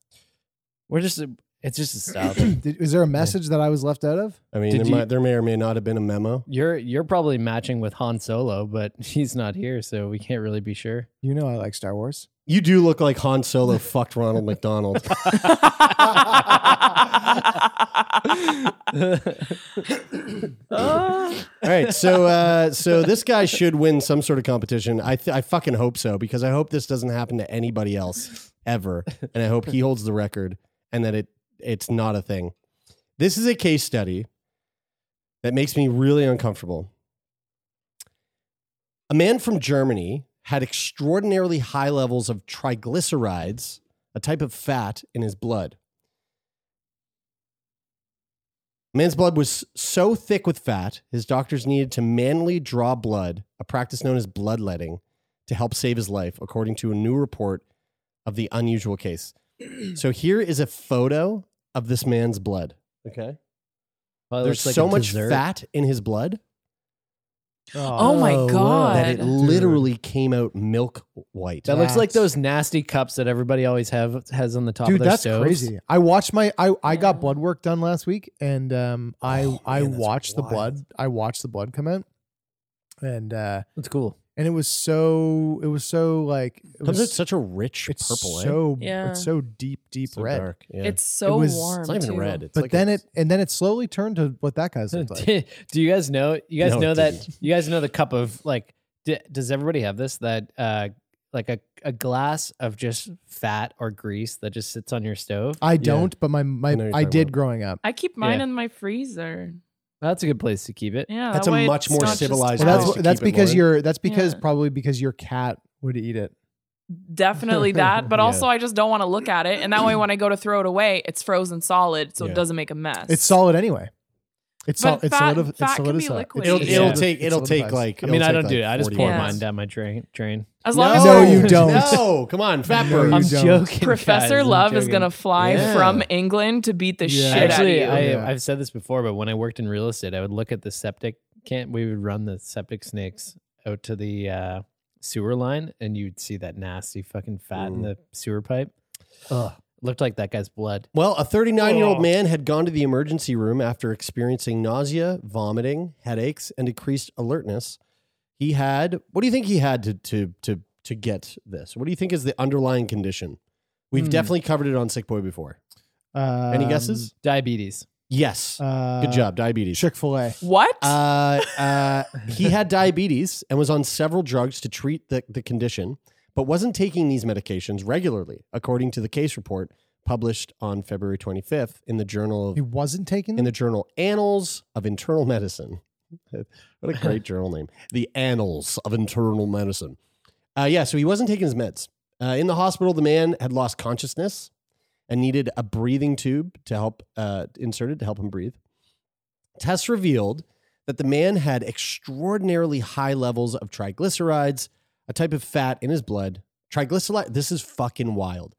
C: We're just. It's just a style. thing.
B: Did, is there a message that I was left out of?
A: I mean,
C: Did
A: there,
C: you-
A: might, there may or may not have been a memo.
C: You're you're probably matching with Han Solo, but <laughs> he's not here, so we can't really be sure. <laughs>
B: You know I like Star Wars.
A: You do look like Han Solo fucked Ronald McDonald.
D: Oh, Uh,
A: <laughs> All right, so uh, so this guy should win some sort of competition. I th- I fucking hope so because I hope this doesn't happen to anybody else ever, and I hope he holds the record and that it it's not a thing. This is a case study that makes me really uncomfortable. A man from Germany had extraordinarily high levels of triglycerides, a type of fat in his blood. Man's blood was so thick with fat, his doctors needed to manually draw blood, a practice known as bloodletting, to help save his life, according to a new report of the unusual case. So here is a photo of this man's blood. Okay.
C: Well, it
A: There's
C: looks like
A: so
C: a
A: much
C: dessert.
A: fat in his blood
D: Oh my God.
A: that it
D: Dude.
A: literally came out milk white.
C: That looks like
B: That's-
C: those nasty cups that everybody always have has on the top of
B: Dude,
C: their
B: that's
C: stoves.
B: crazy. I watched my I, I got blood work done last week and um I
A: Oh,
B: I
A: man, that's
B: watched the blood
A: wild.
B: I watched the blood come out. And uh
C: That's <laughs> cool.
B: and it was so it was so like it
A: Comes out
B: was
A: such a rich
B: it's
A: purple. eh?
B: so
D: Yeah.
B: it's so deep deep
A: So
B: red.
A: dark. Yeah.
D: It's so
B: was-
D: warm.
A: It's not even
D: too.
A: red. It's
B: But
A: like
B: then
A: a-
B: it and then it slowly turned to what that guy's looked like.
C: <laughs> Do you guys know? You guys
A: No, it
C: know that?
A: didn't.
C: You guys know the cup of like? d does everybody have this? That uh, like a a glass of just fat or grease that just sits on your stove.
B: I don't, but my
A: I
B: my
A: know you're
B: I
A: talking
B: did
A: about.
B: growing up.
D: I keep mine
C: Yeah.
D: in my freezer.
C: That's a good place to keep it.
D: Yeah,
A: That's
D: that
A: a
D: way
A: much
D: it's
A: more
D: not just
A: civilized
B: Well,
D: out.
A: place
B: that's
A: to
B: that's
A: keep it,
B: because
A: Lauren.
B: you're that's because
D: Yeah.
B: probably because your cat would eat it.
D: <laughs> Definitely that, but
A: <laughs> Yeah.
D: also I just don't want to look at it, and that way when I go to throw it away, it's frozen solid, so
A: Yeah.
D: it doesn't make a mess.
B: It's solid anyway. It's
D: But
B: sol- it's
D: fat-
B: solidi- it's
D: fat can be
B: solidified.
D: liquid.
C: It'll,
D: It's-
C: it'll
D: yeah.
C: take.
B: It
C: It'll take
B: solidifies.
C: like. I
B: It'll
C: mean, I
B: take
C: don't
B: like
C: do it. I just
B: 40
C: pour
D: minutes.
C: mine down my drain. Drain.
D: As long as-
B: No, you don't.
C: No, come on, fat
B: No, you
C: bird. I'm
B: don't.
C: joking.
D: Professor
C: guys, I'm
D: Love is
C: joking.
D: gonna fly
C: Yeah.
D: from England to beat the
C: Yeah.
D: shit
C: Actually,
D: out of you.
C: I, I've said this before, but when I worked in real estate, I would look at the septic can. We would run the septic snakes out to the uh, sewer line, and you'd see that nasty fucking fat in
A: Mm.
C: the sewer pipe.
A: Ugh.
C: Looked like that guy's blood.
A: Well, a 39 year old
C: Oh.
A: man had gone to the emergency room after experiencing nausea, vomiting, headaches, and decreased alertness. He had, what do you think he had to, to, to, to get this? What do you think is the underlying condition? We've
C: Hmm.
A: definitely covered it on Sick Boy before. Any guesses?
C: Diabetes.
A: Yes.
B: Uh,
A: Good job. Diabetes.
B: Chick Fil A.
D: What?
A: Uh, uh, he had diabetes and was on several drugs to treat the, the condition, but wasn't taking these medications regularly, according to the case report published on February 25th in the Journal
B: He
A: of,
B: wasn't taking
A: in the Journal Annals of Internal Medicine. <laughs> what a great journal name! The Annals of Internal Medicine. Uh, yeah, so he wasn't taking his meds. Uh, in the hospital, the man had lost consciousness and needed a breathing tube to help uh, inserted to help him breathe. Tests revealed that the man had extraordinarily high levels of triglycerides, a type of fat in his blood. Triglyceride, this is fucking wild.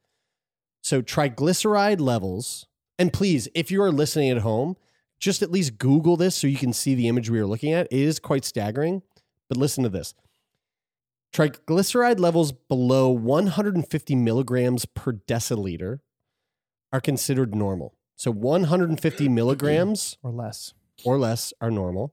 A: So, triglyceride levels, and please, if you are listening at home, just at least Google this so you can see the image we are looking at. It is quite staggering, but listen to this triglyceride levels below 150 milligrams per deciliter are considered normal. So, 150 milligrams
B: or less
A: or less are normal.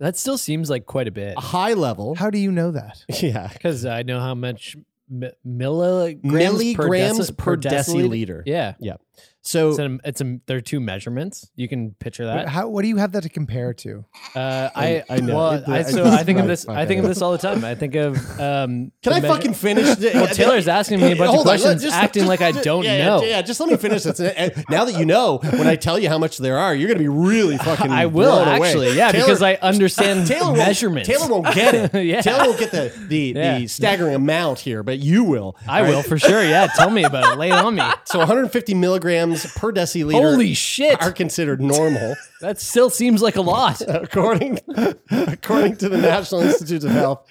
C: That still seems like quite a bit.
A: A high level.
B: How do you know that?
A: Ah, Yeah.
C: Because I know how much mi- milligrams,
A: Milligrams
C: per,
A: per
C: decil-
A: deciliter.
C: Yeah.
A: Yeah. So
C: it's, an, it's a, there are two measurements. You can picture that.
B: How? What do you have that to compare to?
C: Uh, I,
A: I know.
C: Well,
A: It-
C: I,
A: it-
C: so
A: it's
C: I think of
A: my-
C: this.
A: my
C: I think of
A: bad.
C: this all the time. I think of. Um,
A: Can
C: the
A: I
C: measure-
A: fucking finish? the-
C: <laughs> well, Taylor's asking me a bunch
A: Hold
C: of
A: on, let-
C: questions,
A: just-
C: acting
A: just-
C: like I
A: just-
C: don't
A: yeah, yeah,
C: know.
A: Yeah, just let me finish this. And- and now that you know, when I tell you how much there are, you're going to be
C: <laughs>
A: really fucking.
C: I will
A: blown away.
C: actually, yeah,
A: Taylor-
C: because
A: <laughs>
C: I understand
A: Taylor won't-
C: measurements.
A: Taylor <laughs> won't get
C: <laughs>
A: it.
C: yeah,
A: Taylor won't get the
C: <laughs>
A: the,
C: Yeah.
A: the staggering amount here, but you will.
C: I
A: All
C: will
A: right?
C: for sure. Yeah, tell me about it. Lay it on
A: <laughs>
C: me.
A: So 150 milligrams per deciliter.
C: Holy shit!
A: Are
C: <laughs>
A: considered normal.
C: That still seems like a lot.
A: <laughs> according according to the National Institutes of Health,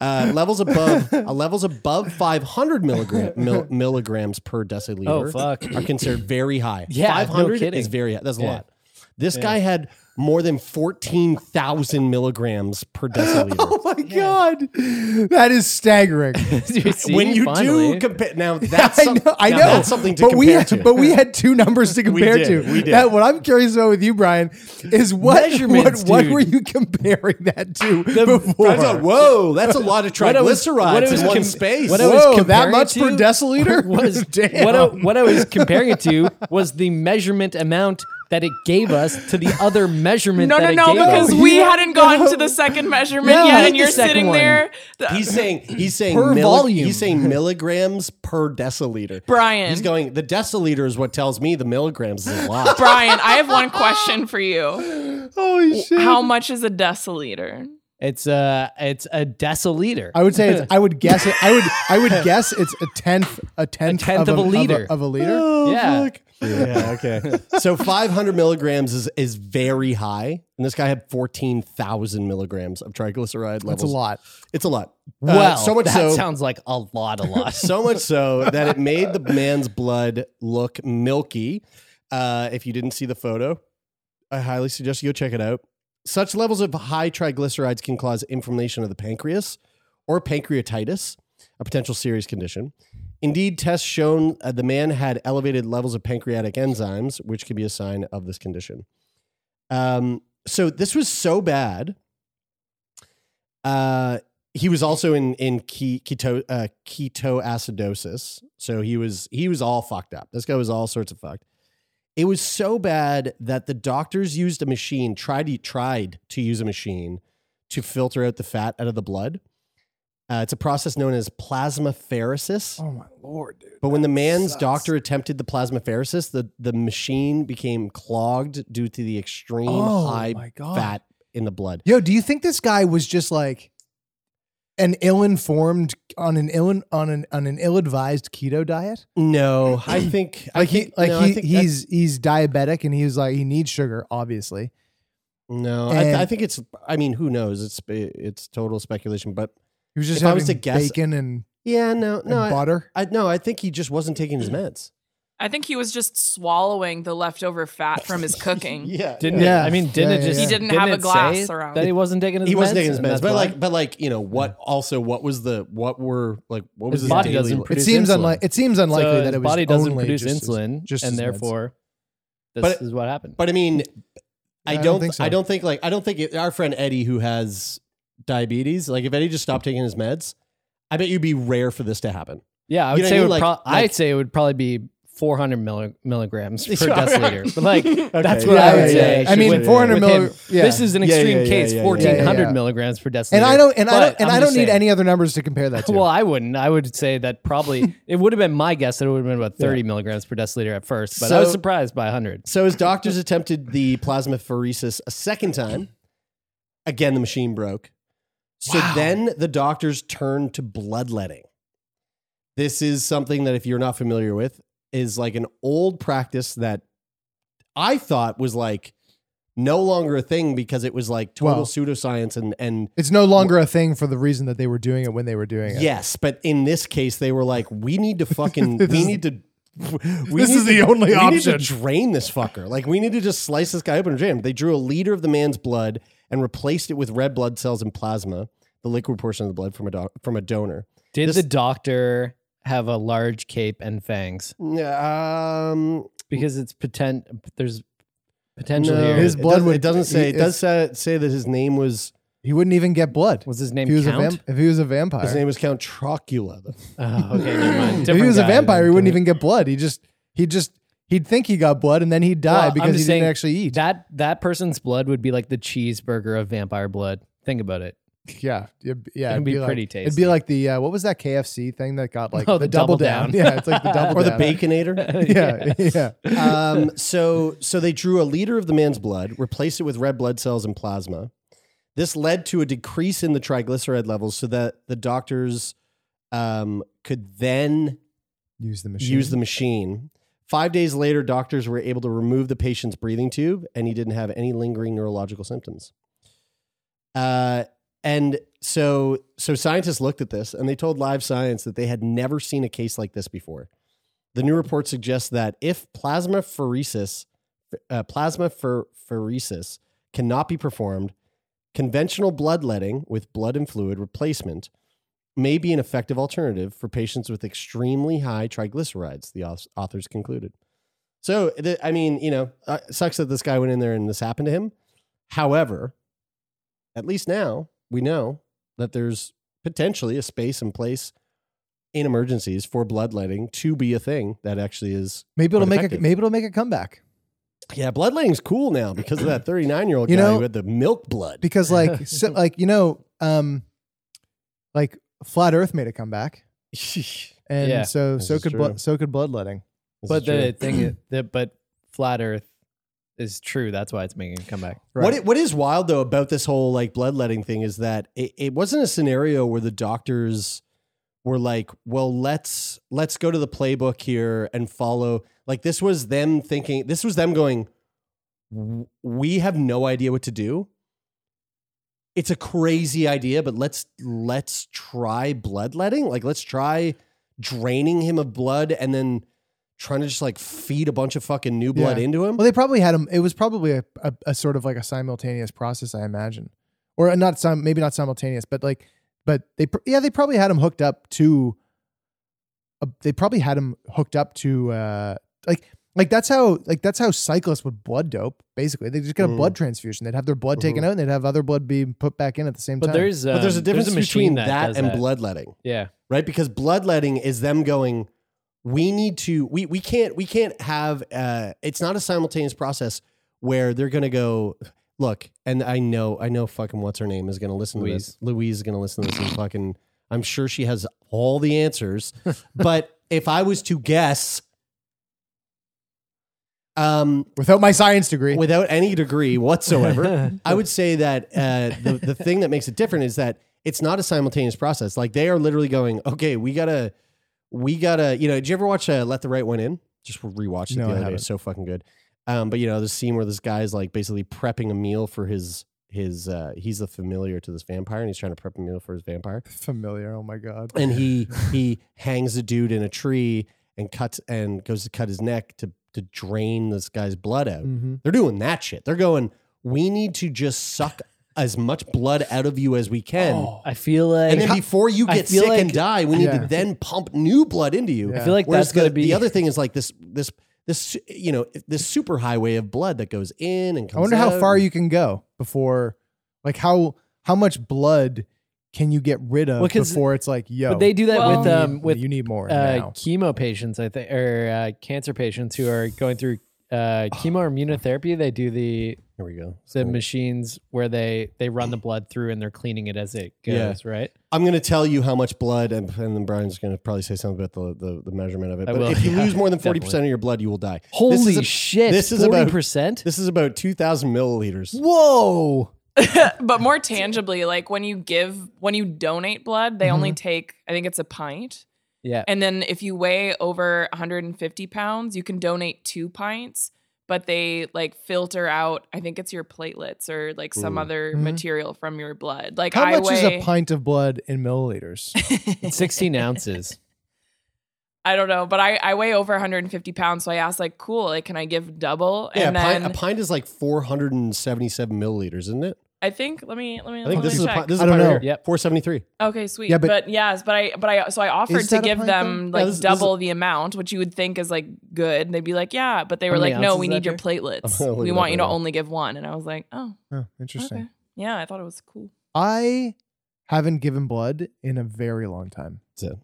A: uh, levels above uh, levels above 500 milligram, mil, milligrams per deciliter
C: Oh, fuck.
A: are considered very high.
C: Yeah, no
A: 500
C: kidding.
A: is very high. That's a
C: Yeah.
A: lot. This guy had more than 14,000 milligrams
C: <laughs>
A: per deciliter.
B: <laughs> Oh my god, that is staggering.
C: <laughs> You see,
A: when you
C: finally.
A: do compare, <laughs> now that's
B: I
A: some-
B: know, I
A: now
B: know.
A: that's something to
B: but
A: compare
B: we,
A: to.
B: But we had two numbers to compare
A: did,
B: to.
A: we did.
B: That, what I'm curious about with you, Brian, is what what,
C: Measurements,
B: what
C: dude.
B: were you comparing that to before?
A: I thought, whoa, that's a lot of
C: What I was-
A: triglycerides
C: what I was
A: in one
C: com-
A: space.
C: what I was
B: Whoa, that
C: comparing
B: much
C: to
B: per deciliter <laughs>
A: <laughs>
C: was
B: damn.
C: What I, what I was comparing it to was the measurement amount that it gave us to the other measurement.
D: no, no,
C: that it
D: no,
C: gave us.
D: because
C: <laughs>
B: No,
D: we
B: he-
D: hadn't gotten
B: no.
D: to the second measurement
C: Yeah, I
D: yet,
C: hate
D: and
C: the
D: you're
C: second
D: sitting
C: one.
D: there. The-
A: He's saying he's saying
C: Per
A: milli-
C: volume.
A: He's saying milligrams per deciliter.
D: Brian.
A: he's going. The deciliter is what tells me the milligrams is a
D: <laughs> <laughs>
A: lot.
D: Brian, I have one question for you.
C: <laughs>
B: Holy shit!
D: How much is a deciliter?
C: It's a it's a deciliter.
B: I would say it's, I would guess it. I would I would guess it's a tenth a tenth,
C: tenth of a liter. Oh,
B: of a, liter.
C: yeah.
A: uh, yeah. Okay. so 500 milligrams is is very high, and this guy had 14,000 milligrams of triglyceride levels.
B: That's a lot.
A: It's a lot. Uh,
C: Well,
A: so much
C: that
A: so.
C: sounds like a lot, a
A: <laughs>
C: lot.
A: so much so that it made the man's blood look milky. Uh, if you didn't see the photo, I highly suggest you go check it out. Such levels of high triglycerides can cause inflammation of the pancreas or pancreatitis, a potential serious condition. Indeed, tests shown uh, the man had elevated levels of pancreatic enzymes, which could be a sign of this condition. Um, so this was so bad. Uh, he was also in in ke- keto uh, ketoacidosis, so he was he was all fucked up. This guy was all sorts of fucked. It was so bad that the doctors used a machine tried to, tried to use a machine to filter out the fat out of the blood. Uh, it's a process known as plasmapheresis.
B: Oh my lord, dude!
A: But when the
B: that
A: man's
B: sucks.
A: doctor attempted the plasmapheresis, the, the machine became clogged due to the extreme
B: Oh
A: high
B: my God.
A: fat in the blood.
B: Yo, do you think this guy was just like an ill-informed on an ill on an on an ill-advised keto diet?
A: No,
B: <clears throat>
A: I think I
B: Like he
A: think,
B: like
A: no, I
B: he
A: think that-
B: he's he's diabetic and he was like he needs sugar obviously.
A: No, I, th-
B: And-
A: I think it's. I mean, who knows? It's it's total speculation. But
B: He was just
A: if I was to
B: having
A: guess,
B: bacon and
A: yeah, no, no, I-
B: butter.
A: I no, I think he just wasn't taking his meds.
D: I think he was just swallowing the leftover fat from
C: <laughs>
D: his cooking.
A: yeah,
C: Didn't it- I mean, didn't it just?
D: He didn't have a
C: it
D: glass
C: say
D: around.
C: that he wasn't taking his.
A: he wasn't taking his
C: and that's
A: meds, but
C: why?
A: like, but like, you know, what? Also, what was the what were like? What
C: His
A: was his
C: body
A: daily
C: doesn't
A: life?
C: produce
B: it seems
C: insulin.
B: unlike. It seems unlikely
C: So
B: that
C: his
B: it was
C: body doesn't
B: only
C: produce
B: just his-
C: insulin,
B: just
C: and
B: his meds.
C: therefore, this
A: But-
C: is what happened.
A: But I mean, I
B: I
A: don't.
B: don't think so.
A: I don't think like I don't think it, our friend Eddie who has diabetes. Like, if Eddie just stopped taking his meds, I bet you'd be rare for this to happen.
C: Yeah, I would
A: You know what
C: say
A: I
C: it
A: mean?
C: would
A: Like-
C: prob-
A: like-
C: I'd say it would probably be 400 milli- milligrams per
B: <laughs>
A: Sure.
C: deciliter. But like that's
A: Okay.
C: what
B: Yeah,
C: I would
B: yeah,
C: say.
B: yeah. I mean,
C: with-
B: 400
C: with
B: milli-
C: him.
B: yeah.
C: This is an
A: Yeah, yeah,
C: extreme
A: yeah,
C: case.
A: yeah, yeah, yeah.
C: 1400
B: Yeah, yeah.
C: milligrams per deciliter.
B: And I don't. And I
C: But
B: don't. And
C: I'm just
B: I don't need
C: saying-
B: any other numbers to compare
A: <laughs>
B: that to.
C: Well, I wouldn't. I would say that
B: <laughs>
C: probably it would have been my guess that it would have been about 30 milligrams per deciliter at first, but I was
A: So-
C: surprised by 100.
A: So
B: <laughs>
A: his doctors attempted the plasmapheresis a second time. Again, the machine broke. So then the doctors turned to bloodletting. This is something that if you're not familiar with is like an old practice that I thought was like no longer a thing because it was like total
B: Well-
A: pseudoscience and and
B: it's no longer a thing for the reason that they were doing it when they were doing it.
A: yes, but in this case they were like we need to <laughs> fucking
B: This
A: we
B: is-
A: need to we
B: This
A: need
B: is
A: to-
B: the only
A: we need to
B: option.
A: drain this fucker. Like we need to just slice this guy open and drain him. They drew a liter of the man's blood and replaced it with red blood cells and plasma, the liquid portion of the blood from a do- from a donor.
C: Did
A: This-
C: the doctor have a large cape and fangs?
A: Um,
C: Because it's potent there's potential
A: no,
C: here.
B: His
A: it
B: blood
A: doesn't-
B: would-
A: it doesn't say. It
B: he-
A: does say, say that his name was
B: He wouldn't even get blood.
C: was his
B: If
C: name
B: he was a
C: Count?
B: vamp- if he was a vampire.
A: his name was Count Trocula.
C: Oh, okay, never mind.
B: <laughs> if
C: Different
B: he was a
C: guy then,
B: vampire, he wouldn't
C: different-
B: even get blood. He just he just he'd think he got blood and then he'd
C: Well,
B: die
C: I'm
B: because he
C: just
B: didn't
C: saying
B: actually eat.
C: That that person's blood would be like the cheeseburger of vampire blood. Think about it.
B: yeah, it'd- yeah,
C: It'd be pretty
B: like, It'd
C: tasty.
B: be like the uh, what was that KFC thing that got like
C: <laughs> Oh,
B: the,
C: the
B: double,
C: double
B: down.
C: down.
B: Yeah, it's
C: <laughs>
B: like the double
A: or the
B: down.
A: <laughs> Baconator.
B: Yeah, yeah.
A: um, so so they drew a liter of the man's blood, replaced it with red blood cells and plasma. This led to a decrease in the triglyceride levels, so that the doctors um, could then
B: Use the machine.
A: use the machine. Five days later, doctors were able to remove the patient's breathing tube, and he didn't have any lingering neurological symptoms. Uh, and so, so scientists looked at this, and they told Live Science that they had never seen a case like this before. The new report suggests that if plasma pheresis, uh, plasma pher- pheresis cannot be performed, conventional bloodletting with blood and fluid replacement may be an effective alternative for patients with extremely high triglycerides, the auth- authors concluded. So, th- I mean, you know, uh, it sucks that this guy went in there and this happened to him. However, at least now we know that there's potentially a space and place in emergencies for bloodletting to be a thing that actually is.
B: Maybe it'll
A: quite
B: make a
A: effective.
B: maybe it'll make a comeback
A: Yeah, bloodletting's cool now because
C: <clears throat>
A: of that 39 year old guy
B: You know-
A: who had the milk blood.
C: <laughs>
B: because like so, like you know um like flat Earth made a comeback
C: <laughs>
B: and
C: Yeah.
B: so
A: This
B: so
A: is
B: could
A: true.
B: blood so could bloodletting.
A: This
C: but
A: is
C: the
A: true.
C: thing
A: <clears throat>
C: is that but flat earth is true that's why it's making a comeback
A: What it, what is wild though about this whole like bloodletting thing is that it, it wasn't a scenario where the doctors were like, well, let's let's go to the playbook here and follow. Like this was them thinking, this was them going, "W- we have no idea what to do. It's a crazy idea, but let's let's try bloodletting. Like let's try draining him of blood and then trying to just like feed a bunch of fucking new blood
B: Yeah.
A: into him.
B: Well, they probably had them. It was probably a, a, a sort of like a simultaneous process, I imagine, or uh, not some, maybe not simultaneous, but like, but they, pr- yeah, they probably had them hooked up to. A, they probably had them hooked up to, uh, like, like that's how, like that's how cyclists would blood dope. Basically, they just get a
A: Mm.
B: blood transfusion. They'd have their blood taken
A: Mhm.
B: out, and they'd have other blood being put back in at the same
C: but
B: time.
C: there's um,
A: but there's a difference
C: machine
A: between that,
C: does
A: and bloodletting.
C: yeah
A: right? Because bloodletting is them going, we need to, we we can't, we can't have. Uh, it's not a simultaneous process where they're gonna go. Look, and I know, I know, fucking what's her name is gonna listen to this. Louise is gonna listen to this and fucking. I'm sure she has all the answers, <laughs> but if I was to guess, um,
B: without my science degree.
A: without any degree whatsoever.
B: <laughs>
A: I would say that uh, the the thing that makes it different is that it's not a simultaneous process. Like they are literally going, okay, we gotta, we gotta. You know, did you ever watch uh, Let the Right One In? Just rewatched it
B: No, I
A: the other day.
B: haven't.
A: It's so fucking good. Um, but you know, the scene where this guy's like basically prepping a meal for his his uh he's the familiar to this vampire and he's trying to prep a meal for his vampire.
B: Familiar. Oh my god.
A: And
B: <laughs>
A: he he hangs a dude in a tree and cuts and goes to cut his neck to to drain this guy's blood out.
B: Mhm.
A: They're doing that shit. They're going, we need to just suck as much blood out of you as we can.
C: I feel like
A: Oh. and then before you
C: Oh. I
A: get
C: feel
A: sick
C: like-
A: and die, we need
C: Yeah.
A: to then pump new blood into you.
C: I feel like
A: Whereas
C: that's gonna
A: the,
C: be-
A: the other thing is like this this this you know this super highway of blood that goes in and comes
B: I wonder
A: out.
B: how far you can go before, like how how much blood can you get rid of
C: Well, 'cause-
B: before it's like
C: <laughs>
B: yo?
C: but they do that
B: you
C: with
B: need-
C: um with
B: you need more
C: uh,
B: now.
C: chemo patients, I think, or uh, cancer patients who are going through
A: <sighs>
C: uh, chemo or immunotherapy. They do the
A: here we go
C: the machines where they they run the blood through and they're cleaning it as it goes. Right?
A: I'm gonna tell you how much blood, and, and then Brian's gonna probably say something about the, the, the measurement of it.
C: I
A: But
C: will,
A: if you
C: yeah,
A: lose more than forty percent
C: definitely.
A: of your blood, you will die.
C: Holy
A: This is
C: shit,
A: This is about
C: 40%?
A: This is about two thousand milliliters.
B: Whoa.
D: but more tangibly, like when you give, when you donate blood, they only
C: Mhm.
D: take, I think it's a pint.
C: Yeah.
D: And then if you weigh over 150 pounds, you can donate two pints, but they like filter out, I think it's your platelets or like some
B: Mm.
D: other
C: Mm-hmm.
B: Mhm.
D: material from your blood. Like
B: how
D: I
B: much
D: weigh,
B: is a pint of blood in milliliters?
A: <laughs>
C: Sixteen ounces.
D: I don't know, but I, I weigh over 150 pounds. So I asked like, cool, like, can I give double?
A: Yeah,
D: and
A: a,
D: then
A: pint, a pint is like four hundred and seventy-seven milliliters, isn't it?
D: I think, let me, let me,
A: I think
D: let me
A: this is a
D: check.
A: pint. This is
B: I
A: a
B: don't
A: pint
B: know.
A: right here. Four seventy-three.
D: Okay, sweet.
A: Yeah,
D: Yeah,
A: but-
D: but, yes, but I but I so I offered
A: Is
D: to
A: that a
D: give
A: pint,
D: them
A: though?
D: like
A: Yeah, this- this is
D: double the amount, which you would think is like good. And they'd be like, yeah, but they
C: How
D: were
C: many
D: like, no,
C: ounces
D: we
C: is that,
D: need your
C: Jay?
A: <laughs>
D: platelets.
C: I'll look
D: we
C: it
D: want
C: up
D: you to
C: right now.
D: only give one. And I was like, oh,
B: Oh, interesting.
D: okay. yeah, I thought it was cool.
B: I haven't given blood in a very long time.
A: So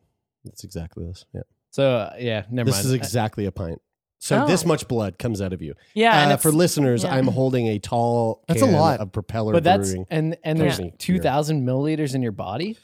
A: that's exactly this. Yeah.
C: So uh, yeah, never
A: this
C: mind.
A: is exactly a pint. So
C: Oh.
A: this much blood comes out of you.
C: Yeah, and
A: Uh,
C: it's-
A: for listeners,
C: yeah.
A: I'm holding a tall.
C: That's a
A: can
C: lot.
A: of propeller.
C: but that's
A: brewing.
C: and and there's
A: Company
C: two
A: beer.
C: thousand milliliters in your body.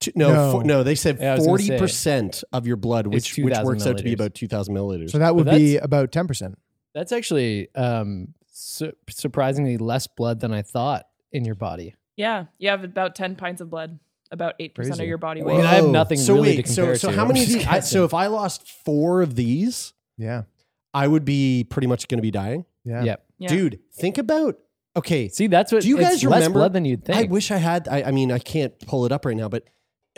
A: Two- no,
C: No.
A: fo- no. They said
C: Yeah, I was gonna
A: forty
C: say.
A: percent of your blood, which which
C: 2,000
A: works out to be
C: milliliters.
A: about two thousand milliliters.
B: So that would
C: that's-
B: be about ten percent.
C: That's actually um, su- surprisingly less blood than I thought in your body.
D: Yeah, you have about ten pints of blood, about eight percent of your body
C: Whoa.
D: weight.
C: I mean, I have nothing
A: so
C: really to
A: wait,
C: compare
A: so, so
C: to.
A: how
C: I'm <laughs>
A: many? Of
C: just
A: these, I,
C: guessing.
A: so if I lost four of these,
B: yeah,
A: I would be pretty much going to be dying.
B: Yeah.
C: Yep. Yeah.
A: dude. Think about. Okay,
C: see that's what
A: do you
C: it's
A: guys
C: less
A: remember?
C: blood than you'd
A: I
C: think.
A: wish I had. I, I mean, I can't pull it up right now, but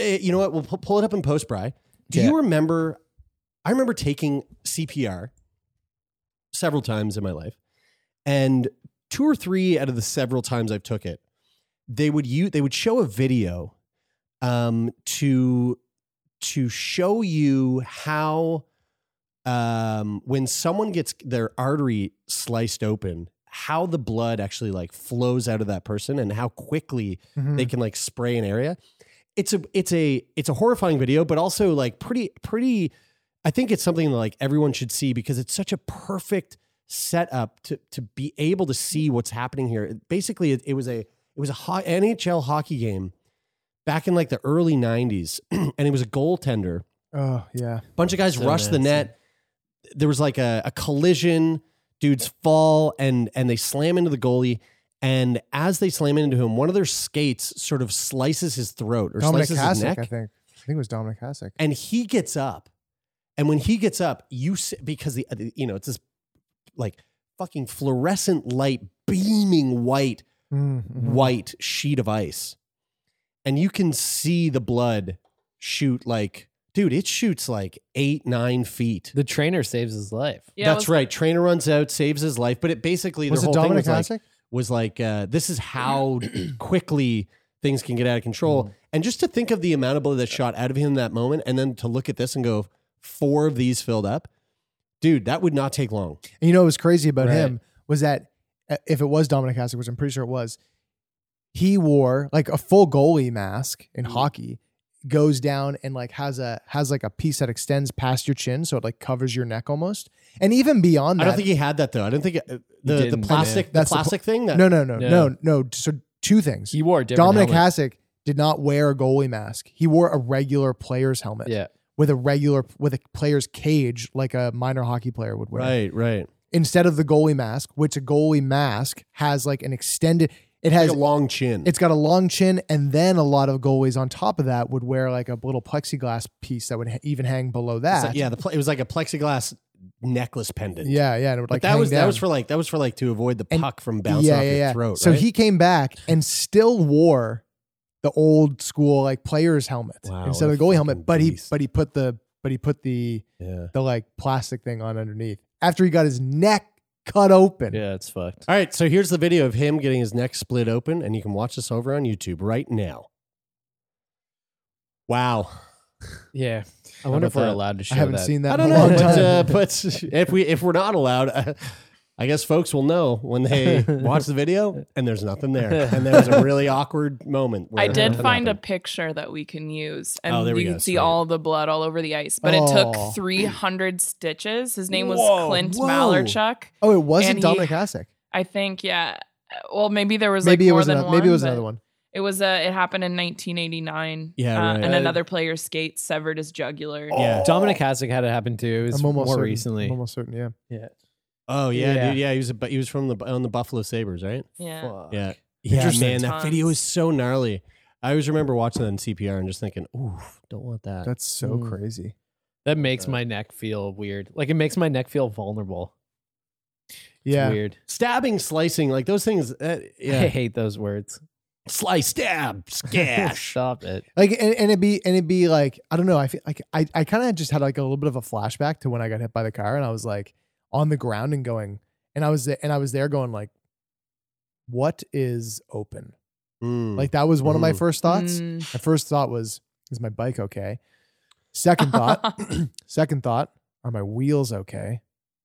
A: uh, you know what? We'll pu- pull it up in post, Bry. Do you remember? I remember taking CPR several times in my life, and two or three out of the several times I've took it, they would you they would show a video, um, to to show you how um, when someone gets their artery sliced open, how the blood actually like flows out of that person and how quickly
B: Mhm.
A: they can like spray an area. It's a it's a it's a horrifying video, but also like pretty pretty. I think it's something that like everyone should see because it's such a perfect setup to to be able to see what's happening here. It- basically, it, it was a it was a ho- NHL hockey game back in like the early '90s, <clears throat> and it was a goaltender
B: Oh yeah.
A: bunch of guys
B: So
A: rush the
B: nasty.
A: net. There was like a, a collision. Dudes fall and and they slam into the goalie. And as they slam into him, one of their skates sort of slices his throat or
B: Dominic
A: slices
B: Hasek,
A: his neck.
B: I think. I think it was Dominic Hasek.
A: And he gets up. And when he gets up, you s- because the the- you know it's this like fucking fluorescent light beaming white
B: Mm-hmm.
A: white sheet of ice. And you can see the blood shoot like dude, it shoots like 8 9 feet.
C: The trainer saves his life.
D: Yeah, it
A: That's
D: was-
A: right. Trainer runs out, saves his life, but it basically
B: Was
A: the
B: it
A: whole
B: Dominic
A: thing was
B: Hasek?
A: like, was like uh, this is how quickly things can get out of control.
B: Mm-hmm.
A: And just to think of the amount of blood that shot out of him in that moment, and then to look at this and go, four of these filled up, dude, that would not take long.
B: And you know what was crazy about
A: Right.
B: him was that uh, if it was Dominic Hasek, which I'm pretty sure it was, he wore like a full goalie mask in
A: Mm-hmm.
B: hockey, goes down and like has a has like a piece that extends past your chin, so it like covers your neck almost, and even beyond
A: I
B: that.
A: don't think he had that though. I don't think uh, the, the
C: didn't,
A: plastic
C: yeah.
A: the
B: That's the
A: plastic
B: pl-
A: thing. That,
B: no, no, no, no, no. So two things.
C: He wore a different
B: Dominic
C: helmet.
B: Hasek did not wear a goalie mask. He wore a regular player's helmet.
C: Yeah.
B: With a regular with a player's cage like a minor hockey player would wear.
A: Right, right.
B: Instead of the goalie mask, which a goalie mask has like an extended it
A: Like
B: has
A: a long chin.
B: It's got a long chin and then a lot of goalies on top of that would wear like a little plexiglass piece that would ha- even hang below
A: It's
B: that.
A: like- yeah, the pl- it was like a plexiglass necklace pendant.
B: Yeah, yeah, and it would,
A: But
B: like,
A: that
B: hang
A: was that was
B: down.
A: for like that was for like to avoid the puck from bouncing off your throat.
B: So
A: right?
B: he came back and still wore the old school like player's helmet
A: Wow,
B: instead
A: what
B: of the goalie helmet. But he but he put the but he put the
A: Yeah.
B: the like plastic thing on underneath after he got his neck cut open.
C: Yeah, it's fucked.
A: All right, so here's the video of him getting his neck split open, and you can watch this over on YouTube right now. Wow.
C: Yeah. I
A: How
C: wonder
A: about
C: if we're
A: that?
C: allowed to show that.
A: I don't know, but, uh, but <laughs> if we if we're not allowed, uh, I guess folks will know when <laughs> they watch the video and there's nothing there, and there's a <laughs> really awkward moment. Where
D: I
B: <laughs>
D: did
A: nothing
D: find a
A: happened.
D: picture that we can use, and
A: Oh, there we
D: you
A: go.
D: can see
A: Sweet.
D: all the blood all over the ice. But it
B: Oh.
D: took 300 stitches. His name was
B: Whoa,
D: Clint
B: whoa.
D: Malarchuk.
B: Oh, it wasn't
D: and he-
B: Dominic Hasek.
D: I think, yeah. Well, maybe there was
B: Maybe
D: like
B: it
D: more
B: was
D: than
B: another-
D: one.
B: maybe it was
D: but
B: another one.
D: It was uh It happened in 1989.
C: Yeah,
D: uh,
C: right.
D: and
C: Uh,
D: another player's skate severed his jugular.
B: Oh,
C: Yeah. Dominic Hasek had it happen too. It was
B: I'm almost
C: more
B: certain.
C: recently.
B: I'm almost certain. Yeah.
C: Yeah.
A: Oh yeah,
C: Yeah.
A: dude, yeah. He was a, bu- he was from the bu- on the Buffalo Sabers, right?
D: Yeah. Fuck.
A: yeah, yeah.
B: Interesting.
A: Man, that
B: Tons.
A: video is so gnarly. I always remember watching that in CPR and just thinking, "Ooh, don't want that."
B: That's so
C: Mm.
B: crazy.
C: That makes my neck feel weird. Like it makes my neck feel vulnerable. It's
B: Yeah.
C: weird.
A: stabbing, slicing, like those things. Uh, yeah,
C: I hate those words. <laughs>
A: slice, stab, <laughs> scash.
C: Stop it.
B: Like and, and it'd be and it'd be like I don't know I feel like I I kind of just had like a little bit of a flashback to when I got hit by the car and I was like on the ground and going and I was there, and I was there going like what is open
A: Mm.
B: like that was one of my
A: Mm.
B: first thoughts
D: Mm.
B: my first thought was is my bike okay second
D: <laughs>
B: thought <clears throat> second thought are my wheels okay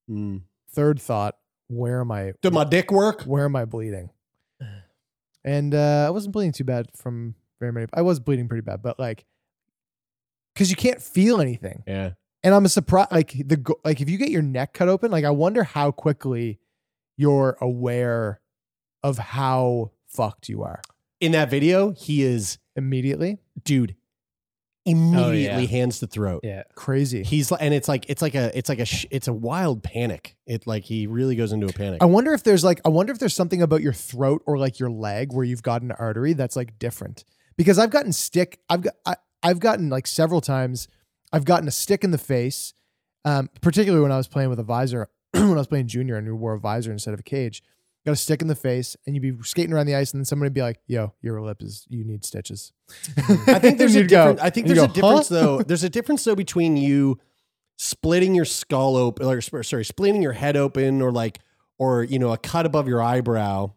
B: hmm.
A: Mm.
B: third thought where am I
A: Did my dick work?
B: where am I bleeding? And uh, I wasn't bleeding too bad from very many. I was bleeding pretty bad, but like, because you can't feel anything.
A: Yeah.
B: And I'm a surprise. Like the go- like, if you get your neck cut open, like I wonder how quickly you're aware of how fucked you are
A: In that video, he is
B: immediately.
A: dude
B: Oh,
A: immediately hands to throat.
C: Yeah.
B: Crazy.
A: He's li- and it's like it's like a it's like a sh- it's a wild panic. It like he really goes into a panic.
B: I wonder if there's like I wonder if there's something about your throat or like your leg where you've got an artery that's like different. Because I've gotten stick I've got I, I've gotten like several times I've gotten a stick in the face, um, particularly when I was playing with a visor <clears throat> when I was playing junior and we wore a visor instead of a cage. Got a stick in the face, and you'd be skating around the ice, and then somebody would be like, "Yo, your lip is you need stitches."
A: <laughs>
B: <laughs>
A: I think there's a
B: You'd go-
A: difference. I think
B: you'd
A: there's a
B: go,
A: difference
B: "Huh?" <laughs>
A: though. There's a difference though between you splitting your skull open, or sp- sorry, splitting your head open, or like, or you know, a cut above your eyebrow.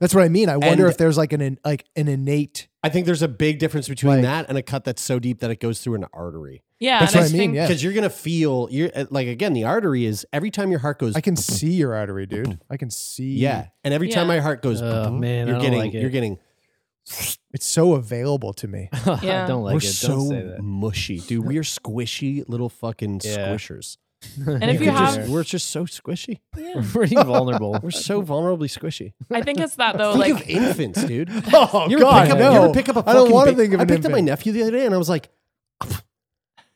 B: That's what I mean. I wonder
A: And-
B: if there's like an in, like an innate.
A: I think there's a big difference between
B: Like-
A: that and a cut that's so deep that it goes through an artery.
D: Yeah,
B: That's
D: and
B: what I mean,
D: think-
B: yeah.
A: Because you're gonna feel you're uh, like again, the artery is every time your heart goes.
B: I can see your artery,
A: <clears throat>
B: dude. I can see.
A: yeah, and every time
D: Yeah.
A: my heart goes,
C: Oh, man, I
A: you're
C: don't
A: getting
C: like it.
A: you're getting
B: it's so available to
A: <laughs>
B: me.
D: Yeah.
C: <laughs> I don't like
A: we're
C: it.
A: so
C: Don't say
A: <laughs>
C: that.
A: mushy, dude. We're squishy little fucking squishers.
D: And if you
A: could just-
D: have-
C: <laughs>
A: we're just so squishy.
D: Yeah.
C: Pretty vulnerable. <laughs>
A: We're so vulnerably squishy.
D: I think it's
B: <laughs>
D: that
C: Oh,
D: though.
A: Think
D: like
A: of infants, dude.
B: <laughs> Oh
A: You ever
B: God,
A: pick up,
B: no.
A: you ever pick up a
B: I don't
A: fucking
B: wanna
A: ba-
B: think of
A: I
B: an
A: picked up my
B: infant.
A: nephew the other day, and I was like,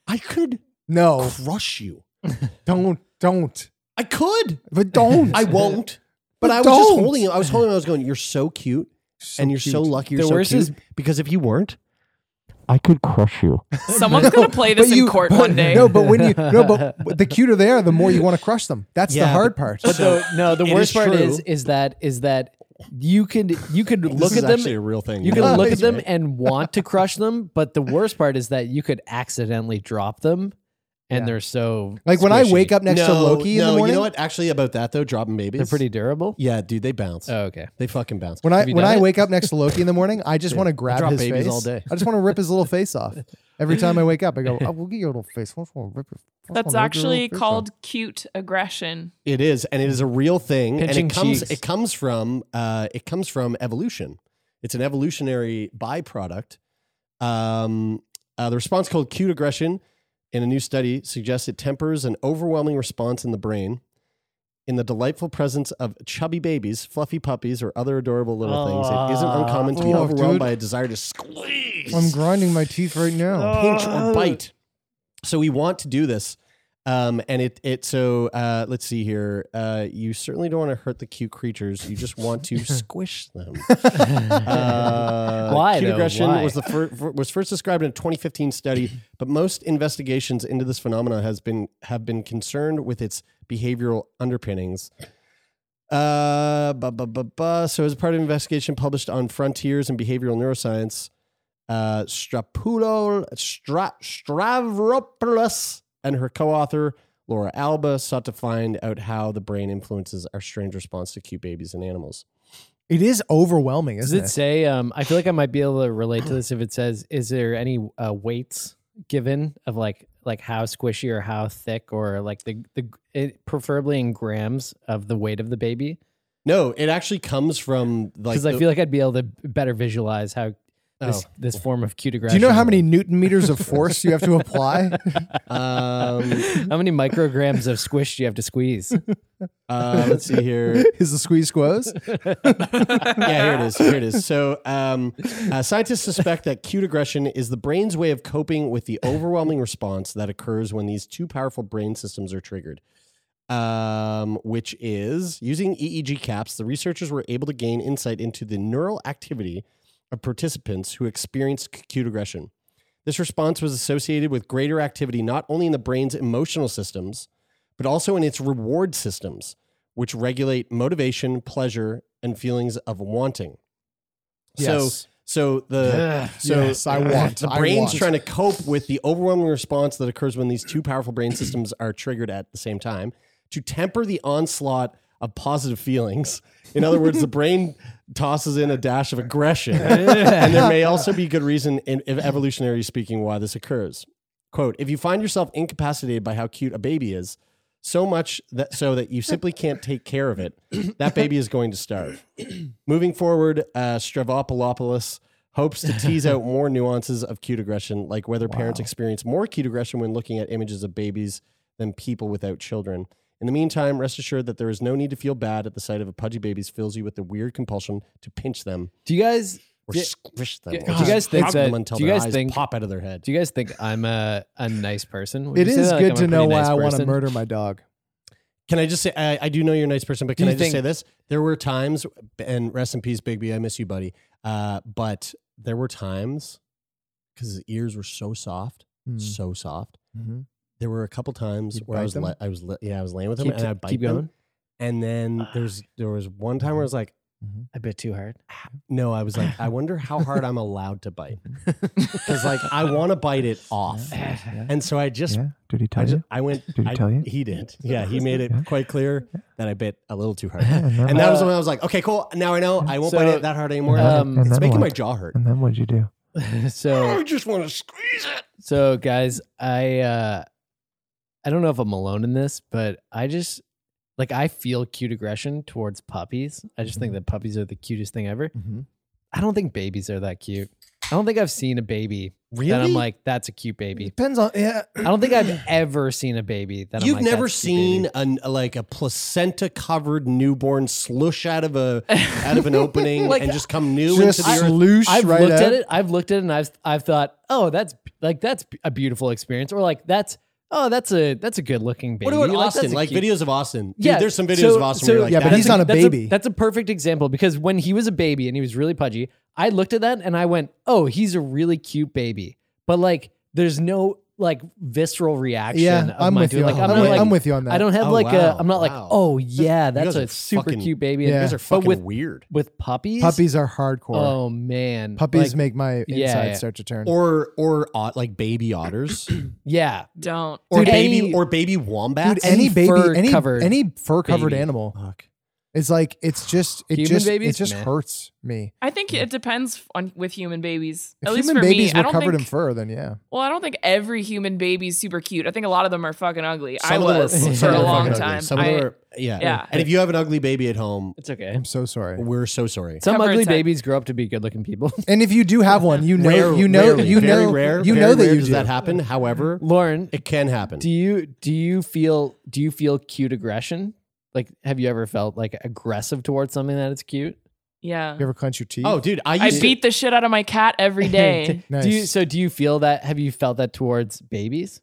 A: I could
B: No,
A: crush you.
B: don't, don't,
A: I could.
B: but don't.
A: I won't. But I was just
B: Don't.
A: holding him. I was holding him. I was going, "You're so cute, and you're so
B: cute.
A: lucky. You're
C: The
A: so
C: worst
A: cute."
C: is-
A: because if you weren't, I could crush you.
D: someone's
C: <laughs>
D: gonna play this in court
B: but-
D: one day.
B: <laughs> No, but when you no,
A: <laughs>
B: but the cuter they are, the more you want to crush them. That's
A: Yeah,
B: the hard
A: but-
B: part.
A: <laughs>
C: But the, no, the
A: It
C: worst
A: is
C: part
A: true.
C: is is that is that you could you could look
A: is
C: at them.
A: actually a real thing.
C: You
A: Yeah,
C: can look at
A: that's
C: them
A: right.
C: and want to crush
B: <laughs>
C: them, but the worst part is that you could accidentally drop them, and
B: Yeah.
C: they're so
B: like when I wake
C: squishy.
B: up next to Loki in
A: no,
B: the morning.
A: you know what? Actually, about that though, dropping babies.
C: They're pretty durable.
A: Yeah, dude, they bounce.
C: Oh,
B: <laughs>
C: okay.
A: They fucking bounce.
B: When I
C: Have you
B: when
C: done
B: I
C: it?
B: wake up next to Loki in the morning, I just
A: Yeah.
B: want
A: I
B: to grab
A: drop
B: his
A: babies
B: face
A: all day.
B: I just want to rip his little face off. Every time I wake up, I
A: <laughs>
B: go, "I will get your little face. I just wanna rip your- I just
D: that's
B: wanna rip your
D: actually
B: little face
D: called cute aggression.
A: It is, and it is a real thing,
C: Pinching
A: and it comes.
C: cheeks.
A: It comes from. Uh, it comes from evolution. It's an evolutionary byproduct. Um, uh, the response called cute aggression, in a new study, suggests it tempers an overwhelming response in the brain. In the delightful presence of chubby babies, fluffy puppies, or other adorable little things, it isn't
C: Aw.
A: uncommon to be
B: Oh,
A: overwhelmed
B: dude.
A: by a desire to
B: off."
A: squeeze
B: I'm grinding my teeth right now.
A: pinch or bite. So we want to do this. Um, and it it so uh, let's see here. Uh, you certainly don't want to hurt the cute creatures. You just want to squish them. Uh,
C: Why,
A: Cute
C: though?
A: aggression
C: Why?
A: was the fir- fir- was first described in a 2015 study, but most investigations into this phenomenon has been have been concerned with its behavioral underpinnings. Uh, bu- bu- bu- bu. So, as part of an investigation published on Frontiers in Behavioral Neuroscience, uh, Strapulo, Stra, Stavropoulos and her co author, Laura Alba, sought to find out how the brain influences our strange response to cute babies and animals.
B: It is overwhelming,
C: Does
B: isn't
C: it, say? Um, I feel like I might be able to relate to this if it says, "Is there any uh, weights given of like like how squishy or how thick or like the the it, preferably in grams of the weight of the baby?"
A: No, it actually comes from like.
C: Because I
A: the-
C: feel like I'd be able to better visualize how this
A: Oh.
C: this form of cute
B: Do you know how many newton meters of force you have to
C: <laughs>
B: apply? <laughs>
A: Um,
C: how many micrograms of squish do you have to squeeze?
A: uh, let's see here.
B: is the squeeze squoze?
A: yeah, here it is. Here it is. So, um, uh, scientists suspect that cute aggression is the brain's way of coping with the overwhelming response that occurs when these two powerful brain systems are triggered. Um, which is using EEG caps, the researchers were able to gain insight into the neural activity of participants who experienced c- cute aggression. This response was associated with greater activity not only in the brain's emotional systems, but also in its reward systems, which regulate motivation, pleasure, and feelings of wanting.
B: Yes.
A: So, so the
B: Ugh,
A: so
B: yes, I want,
A: <laughs> the
B: I
A: brain's
B: want.
A: trying to cope with the overwhelming response that occurs when these two powerful brain systems are triggered at the same time to temper the onslaught of positive feelings. In other words, the brain tosses in a dash of aggression, and there may also be good reason, in, in evolutionary speaking, why this occurs. Quote: If you find yourself incapacitated by how cute a baby is, so much that so that you simply can't take care of it, that baby is going to starve. Moving forward, uh, Stravopoulopoulos hopes to
C: <laughs>
A: tease out more nuances of cute aggression, like whether parents experience more cute aggression when looking at images of babies than people without children. In the meantime, rest assured that there is no need to feel bad at the sight of a pudgy baby's fills you with the weird compulsion to pinch them
C: Do you guys?
A: or
C: do-
A: squish them.
C: do-
A: or
C: do you guys
A: just
C: think
A: hug
C: that?
A: them until
C: do you
A: their
C: guys
A: eyes
C: think?
A: pop out of their head?
C: Do you guys think I'm a a nice person? Would
B: It
C: you say
B: is
C: that, like, I'm
B: good
C: a
B: to
C: pretty
B: know why
C: nice
B: I want to
C: person?
B: murder my dog.
A: Can I just say I, I do know you're a nice person, but
C: Do
A: can
C: you
A: I just say
C: think-
A: this? There were times, and rest in peace, Bigby. I miss you, buddy. Uh, but there were times because his ears were so soft,
B: Mm.
A: so soft.
B: Mhm.
A: There were a couple times
B: You'd
A: where I
B: bite
A: was,
B: them?
A: la- I was, la- yeah, I was laying with him,
C: Keep-
A: and I bite
C: keep
A: them.
C: going.
A: And then there's there was one time where I was like,
C: A bit too hard. <laughs>
A: no, I was like, I wonder how hard I'm allowed to bite because like I want to bite it off, and so
C: <laughs>
A: I just
B: Did he
A: I, just, I went.
B: Did he
A: I-
B: tell you?
A: He did. Yeah, he made it quite clear that I bit a little too hard,
B: another
A: and that was
C: one.
A: when I was like, "Okay, cool. Now I know I won't
C: So,
A: bite it that hard anymore.
C: um,
A: it's
B: another
A: making
B: one.
A: my jaw hurt."
B: then what'd you do?
C: so
A: just want to squeeze it.
C: so guys, I uh I don't know if I'm alone in this, but I just like I feel cute aggression towards puppies. I just think that puppies are the cutest thing ever. I don't think babies are that cute. I don't think I've seen a baby that
A: Really?
C: I'm like, that's a cute baby.
B: Depends on yeah.
C: I don't think I've ever seen a baby that I'm
A: You've
C: like,
A: never
C: "That's a cute baby."
A: seen an, like a placenta covered newborn slush out of a out of an
C: <laughs>
A: opening
C: Like,
A: and just come new
B: Just
A: into the earth.
B: loosh
C: I've
B: right
C: looked
B: up.
C: at it. I've looked at it, and I've I've thought, oh, that's like that's a beautiful experience, or like that's oh, that's a that's a good looking baby.
A: What about
C: Like, that's
A: Austin?
C: a
A: Like
C: cute-
A: videos of Austin. Dude,
C: Yeah,
A: there's some videos
C: so-
A: of Austin
C: so-
A: where you're like,
B: Yeah, but
A: "That's
B: he's
A: a-
B: not a
C: that's
B: baby.
C: that's a perfect example because when he was a baby and he was really pudgy, I looked at that and I went, oh, he's a really cute baby, but like there's no like visceral reaction.
B: yeah,
C: of
B: I'm
C: my
B: with
C: doing-
B: you.
C: Like,
B: I'm,
C: not,
B: with,
C: like,
B: I'm with you on that.
C: I don't have
A: Oh,
C: like
A: wow,
C: a. I'm not like,
A: wow.
C: oh yeah,
A: guys
C: that's
A: are
C: a super
A: fucking-
C: cute baby.
B: you
C: And-
B: guys
A: These are
C: but
A: fucking
C: with
A: weird.
C: with puppies,
B: puppies are hardcore.
C: Oh man,
B: puppies
C: Like,
B: make my inside
C: yeah, yeah.
B: start to turn.
A: Or or uh, like
C: <clears throat>
A: baby otters
C: yeah.
D: Don't.
A: or
C: Dude,
A: baby
C: any-
A: or baby
B: Dude,
A: wombats.
B: any baby,
C: fur
B: any
C: covered
B: any fur covered
C: baby.
B: animal,
A: Fuck.
B: it's like it's just it
C: Human
B: just
C: babies?
B: it just
C: Meh.
B: hurts me.
D: I think it depends on with human babies.
B: If
D: At least
B: human
D: for me,
B: babies
D: I
B: were
D: don't
B: covered
D: think.
B: in fur, then yeah.
D: well, I don't think every human baby's super cute. I think a lot of them are fucking ugly. I
A: Some of them are- <laughs> some
D: was
A: of
D: for
A: them
D: a
A: are
D: long
A: fucking ugly.
D: time.
A: Some of
D: I-
A: them are, yeah.
D: yeah.
A: And if you have an ugly baby at home,
C: It's okay.
B: I'm so sorry.
A: we're so sorry.
C: Some
D: Cover
C: ugly
D: its head.
C: babies grow up to be good-looking people. <laughs>
B: And if you do have one, you know,
A: Rare-
B: you know,
A: rarely,
B: you
A: very
B: know,
A: rare,
B: you
A: very
B: know that
A: rare
B: you
A: does
B: do.
A: that happen. However,
C: Lauren,
A: it can happen.
C: do you do you feel do you feel cute aggression? Like, have you ever felt like aggressive towards something that is cute?
D: yeah.
B: <laughs> You ever clench your teeth?
A: oh, dude, I
D: I
A: used
D: beat the shit out of my cat
A: <laughs>
D: every day.
C: <laughs> Do you,
B: Nice.
C: so do you feel that? Have you felt that towards babies?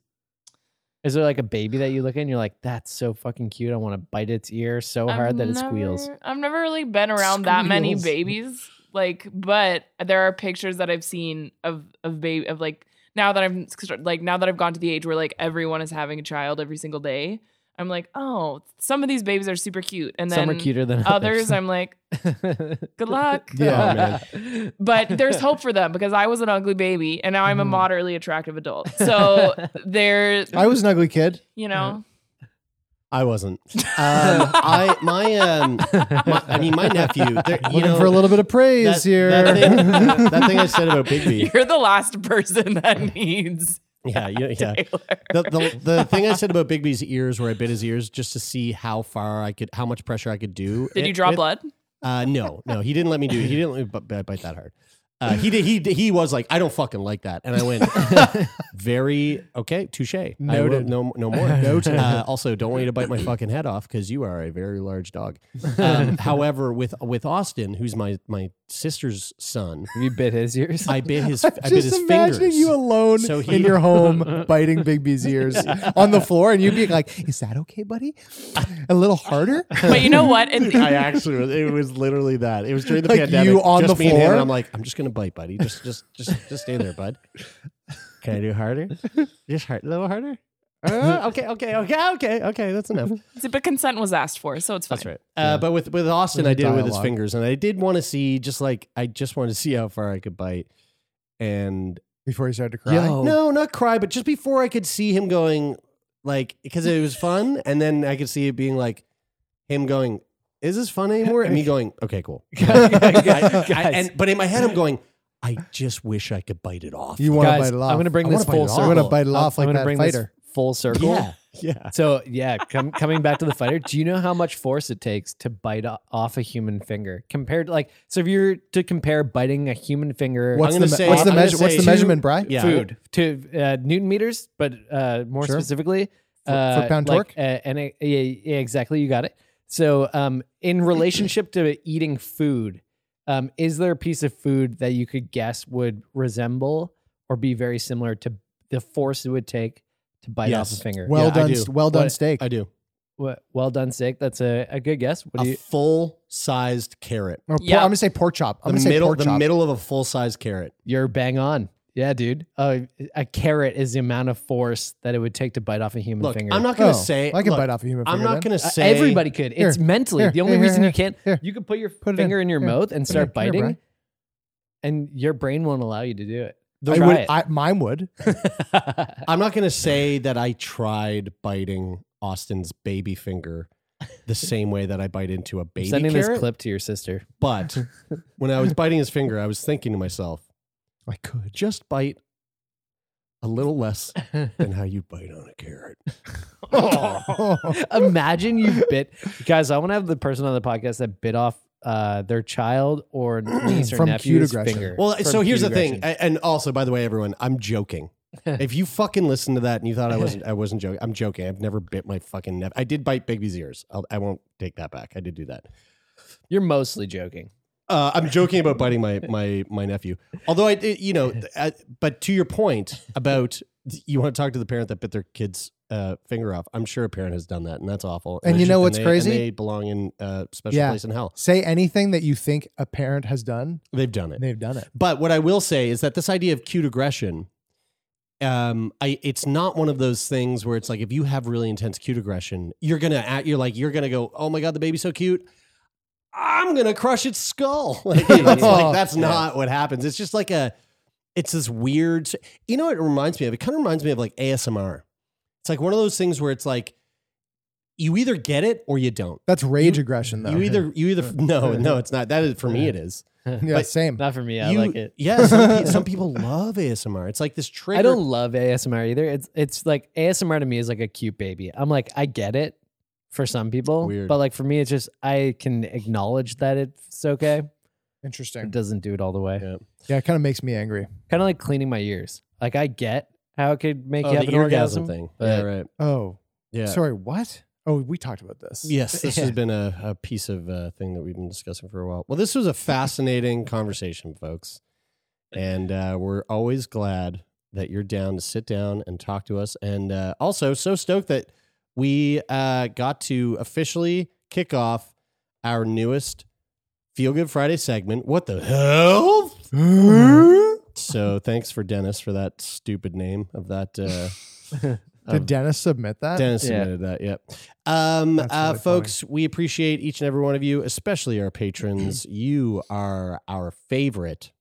C: Is there like a baby that you look at and you're like, that's so fucking cute. I want to bite its ear so hard that it squeals.
D: I've never really been around that many
C: Squeals.
D: babies. Like, but there are pictures that I've seen of of baby of like now that I'm like now that I've gone to the age where like everyone is having a child every single day. I'm like, oh, some of these babies are super cute, and then
C: Some are cuter than
D: others.
C: others.
D: I'm like,
C: <laughs>
D: good luck.
C: Yeah,
D: but there's hope for them because I was an ugly baby, and now
C: Mm-hmm.
D: I'm a moderately attractive
C: <laughs>
D: adult. So there,
A: I was an ugly kid.
D: you know, <laughs>
A: I wasn't. Um, I my um, my, I mean
B: <laughs>
A: my nephew. there- You
B: Looking
A: know,
B: for a little bit of praise
A: that-
B: here.
A: That
B: <laughs>
A: thing, that thing I said about Bigby.
D: <laughs> you're the last person that <laughs> needs.
A: Yeah, you, yeah. The, the the thing I said about Bigby's ears, where I bit his ears just to see how far I could, how much pressure I could do.
D: Did
A: it
D: you draw
A: with.
D: blood?
A: Uh, no, no, he didn't let me do. He didn't let me b- b- bite that hard. Uh, he did. He he was like, I don't fucking like that, and
B: <laughs>
A: I went, very okay, touche. I will-
B: Noted.
A: No, no
B: <laughs>
A: more.
B: Noted.
A: Uh, also, don't want you to bite my fucking head off because you are a very large dog.
B: <laughs>
A: Um, however, with with Austin, who's my my sister's son,
C: you bit his ears.
A: <laughs> I bit
B: <laughs>
A: his. I bit
B: Just
A: his
B: imagining
A: fingers.
B: you alone
A: So he-
B: in
C: <laughs>
B: your home biting Bigby's ears on the floor, and you'd be like, "Is that okay, buddy? A
C: <laughs>
B: little harder."
D: But you know what? <laughs> It-
A: I actually was. It was literally that. It was during the
B: Like
A: pandemic.
B: you on
A: just
B: the
A: me and him,
B: floor?
A: and I'm like, I'm just gonna bite, buddy. Just, just, just, just stay
B: <laughs>
A: there, bud. Can I do harder? Just hard, a little harder.
B: <laughs>
A: Uh, okay, okay, okay, okay, okay. That's enough.
D: See, but consent was asked for, so it's fine. That's right.
A: Uh, but with with Austin,
B: With
A: I
B: the
A: did it with his
B: dialogue.
A: fingers, and I did want to see just like I just wanted to see how far I could bite, and
B: Before you started to cry.
I: Yo.
A: no, not cry, but just before I could see him going like because it was fun, and then I could see it being like him going, "Is this fun
B: <laughs>
A: anymore?" And me going, "Okay, cool." <laughs>
C: <laughs>
A: I- I- and, but in my head, I'm going, "I just wish I could bite it off."
B: You want to
C: Guys,
B: bite it off?
C: I'm gonna bring
B: I wanna
C: this
B: bite it
C: full
B: off.
C: circle.
B: I'm gonna bite it
C: I'm-
B: off
C: I'm
B: like
C: gonna
B: that
C: bring this
B: fighter.
C: full circle.
A: yeah, yeah.
C: So yeah, com- coming back to the fighter, do you know how much force it takes to bite o- off a human finger compared to like so if you're to compare biting a human finger
B: What's
A: I'm
B: the,
A: gonna
B: me-
A: say-
B: what's the
A: I'm gonna
B: measure? What's
A: say
B: the
A: two-
B: measurement, Bry?
A: Yeah.
C: food to uh, newton meters, but uh, more
B: Sure.
C: specifically
B: Foot-
C: uh,
B: foot pound
C: like,
B: torque?
C: uh, and it- yeah, yeah, exactly, you got it. So um, in relationship to eating food, um, is there a piece of food that you could guess would resemble or be very similar to the force it would take to bite off
A: Yes.
C: a finger?
B: Well
A: Yeah, I
B: done.
A: do.
B: s- Well done
C: What-
B: steak.
A: I do
C: Well, well done, Sig. That's a, a good guess. What
A: a
C: do you?
A: full sized carrot.
B: Or por-
D: Yeah.
B: I'm gonna say pork chop. I'm
A: the
B: gonna
A: middle,
B: say pork
A: the
B: chop.
A: middle of a full sized carrot.
C: You're bang on. Yeah, dude. Uh, a carrot is the amount of force that it would take to bite off a human
A: Look,
C: finger.
A: I'm not gonna
B: Oh,
A: say.
B: I can
A: look,
B: bite off a human
A: I'm
B: finger
A: not
B: then.
A: gonna
C: Uh,
A: say
C: everybody could. it's
B: Here,
C: mentally
B: here,
C: the only
B: here,
C: reason
B: here,
C: you can't.
B: here.
C: You could put your
B: Put it
C: finger
B: in.
C: in, your
B: Here,
C: mouth and
B: put it in.
C: start
B: Here,
C: biting,
B: Brian.
C: and your brain won't allow you to do it.
B: I
C: Try
B: would-
C: it.
B: I- mine
A: <laughs>
B: would.
A: I'm not going to say that I tried biting Austin's baby finger the same way that I bite into a baby
C: Sending
A: carrot.
C: this clip to your
B: <laughs>
C: sister.
A: But when I was biting his finger, I was thinking to myself,
B: I
A: <laughs>
B: could.
A: just bite a little less than how you bite on a carrot.
B: Oh.
C: Imagine you bit, guys. I want to have the person on the podcast that bit off uh, their child
B: <clears throat>
C: or niece or
B: From cute
C: nephew's
B: aggression.
C: finger.
A: Well,
C: From
A: so here's the
C: cute
A: thing,
C: aggression.
A: A- and also by the way, everyone,
B: <laughs>
A: I'm joking. if you fucking listened to that and you thought I wasn't, I wasn't joking. I'm joking. I've never bit my fucking. Nep- I did bite Bigby's ears. I'll, I won't take that back. I did do that.
C: You're mostly joking.
A: Uh, I'm joking about biting my my my nephew. Although I, did- you know, I, but to your point about you want to talk to the parent that bit their kid's uh, finger off. I'm sure a parent has done that, and that's awful.
B: And
A: they
B: you know
A: should-
B: what's
A: they,
B: crazy?
A: And they belong in a special
B: Yeah.
A: place in hell.
B: <laughs> Say anything that you think a parent has done,
A: They've done it.
B: and they've done it.
A: But what I will say is that this idea of cute aggression, um, I it's not one of those things where it's like if you have really intense cute aggression, you're gonna act, you're like you're gonna go, oh my god, the baby's so cute. I'm gonna crush its skull. <laughs> Like, it's like, that's not what happens. It's just like a, it's this weird. You know, what it reminds me of. It kind of reminds me of like ASMR. It's like one of those things where it's like, you either get it or you don't.
B: That's rage aggression, though.
A: You either you either no no it's not that is for me it is
B: <laughs> yeah,
A: but-
B: same.
C: Not for me. I
A: you-
C: like it.
A: <laughs> Yeah, some,
C: <laughs>
A: pe- some people love ASMR. It's like this trigger.
C: I don't love ASMR either. It's it's like ASMR to me is like a cute baby. I'm like I get it for some people,
A: weird.
C: but like for me, it's just I can acknowledge that it's okay. It
B: Interesting.
C: doesn't do it all the way.
A: Yeah.
B: Yeah, it kind of makes me angry.
C: Kind of like cleaning my ears. Like I get how it could make
A: Oh,
C: you have
A: the
C: an orgasm.
A: thing.
C: but-
A: yeah, right.
B: Oh,
A: Yeah.
B: sorry. What? Oh, we talked about this. <laughs>
C: <laughs>
A: Yes, this has been a, a piece of uh, thing that we've been discussing for a while. Well, this was a fascinating conversation, folks, and uh, we're always glad that you're down to sit down and talk to us. And uh, also, so stoked that we uh, got to officially kick off our newest Feel Good Friday segment. What the hell? Mm-hmm. so thanks for Dennis for that stupid name of that.
B: <laughs>
A: Uh,
B: Did
A: of-
B: Dennis submit that?
A: Dennis submitted that. Yep. Um,
B: Uh, That's
A: uh,
B: really
A: folks, we appreciate each and every one of you, especially our
B: <clears throat>
A: patrons. you are our favorite,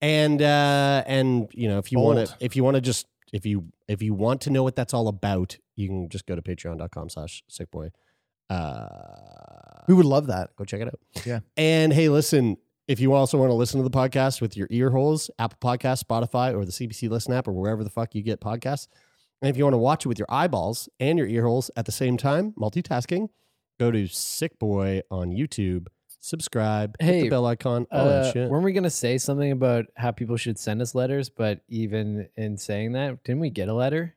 A: and uh, and you know if you want to
B: Bold.
A: if you want to just if you if you want to know what that's all about, you can just go to Patreon.com/slash Sickboy. Uh,
B: We would love that.
A: Go check it out.
B: Yeah.
A: And hey, listen, if you also want to listen to the podcast with your ear holes, Apple Podcasts, Spotify, or the CBC Listen app, or wherever the fuck you get podcasts, and if you want to watch it with your eyeballs and your ear holes at the same time, multitasking, go to Sick Boy on YouTube, subscribe, hit the
C: Hey,
A: bell icon, all
C: Uh,
A: that shit.
C: Weren't we gonna say something about how people should send us letters? But even in saying that, didn't we get a letter?